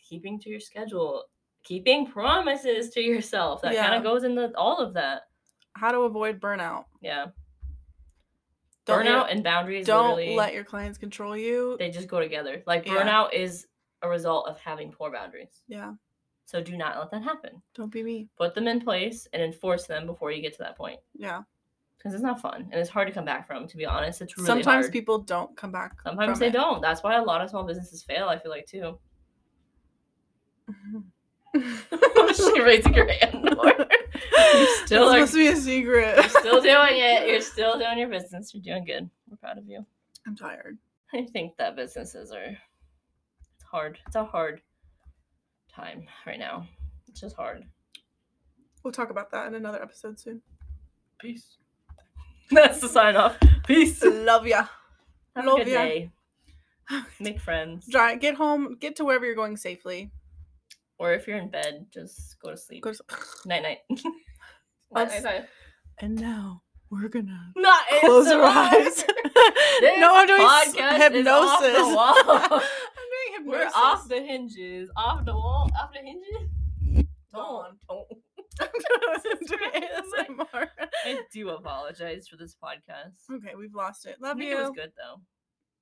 S2: keeping to your schedule, keeping promises to yourself. That kind
S1: Yeah.
S2: of goes into all of that.
S1: how to avoid burnout.
S2: Yeah.
S1: Don't
S2: burnout
S1: let-
S2: and boundaries
S1: Don't
S2: literally
S1: let your clients control you.
S2: they just go together. Like
S1: Yeah.
S2: burnout is a result of having poor boundaries.
S1: yeah.
S2: So do not let that happen.
S1: Don't be me.
S2: put them in place and enforce them before you get to that point
S1: Yeah.
S2: because it's not fun and it's hard to come back from to be honest it's really
S1: Sometimes
S2: hard.
S1: people don't come back.
S2: sometimes
S1: from
S2: they
S1: *laughs* it.
S2: don't that's why a lot of small businesses fail i feel like too *laughs* she raising your hand
S1: *laughs*
S2: Lauren. you still are
S1: It's supposed to be a secret.
S2: you're still doing
S1: *laughs*
S2: it you're still doing your business you're doing good we're proud of you
S1: I'm tired.
S2: i think that businesses are it's hard it's a hard time right now it's just hard
S1: We'll talk about that in another episode soon.
S2: peace *laughs* that's the sign off peace have
S1: Love ya.
S2: a
S1: Love
S2: good
S1: ya.
S2: *laughs* day make friends
S1: Dry. Get home. Get to wherever you're going safely.
S2: Or if you're in bed, just go to sleep.
S1: Go to-
S2: night night. *laughs*
S1: Ups. And now we're gonna
S2: Not
S1: close our eyes.
S2: *laughs*
S1: no, I'm doing s-
S2: podcast
S1: hypnosis.
S2: is off the
S1: *laughs*
S2: wall.
S1: I'm doing hypnosis.
S2: We're off the hinges. Off the wall. Off the hinges.
S1: *laughs*
S2: Don't.
S1: Gone.
S2: Don't.
S1: I'm doing ASMR.
S2: I do apologize for this podcast.
S1: Okay, we've lost it. Love
S2: I think
S1: you.
S2: it was good though.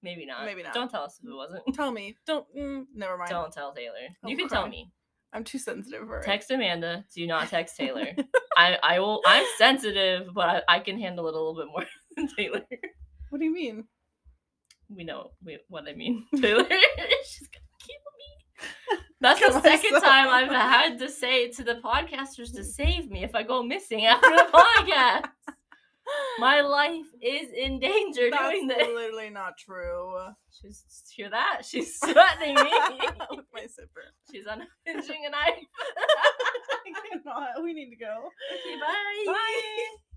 S2: Maybe not.
S1: Maybe not.
S2: Don't tell us if it wasn't.
S1: Tell me. Don't. Mm, never mind.
S2: Don't tell Taylor.
S1: I'll
S2: you can
S1: cry.
S2: tell me.
S1: I'm too sensitive for
S2: Text Amanda. Do not text Taylor. I, I will. I'm sensitive, but I, I can handle it a little bit more *laughs* than Taylor.
S1: it. What do you
S2: *gasps*
S1: mean?
S2: we know we, what I mean. Taylor, *laughs* she's gonna kill me. That's
S1: Kill
S2: the second
S1: myself.
S2: time I've had to say it to the podcasters to save me if I go missing after the *laughs* podcast. My life is in danger
S1: That's
S2: doing this.
S1: literally not true.
S2: She's hear that? She's threatening me.
S1: *laughs* With
S2: *laughs*
S1: my zipper. *laughs*
S2: She's unhinging a knife.
S1: I cannot. We need to go.
S2: Okay, bye. *laughs*
S1: Bye.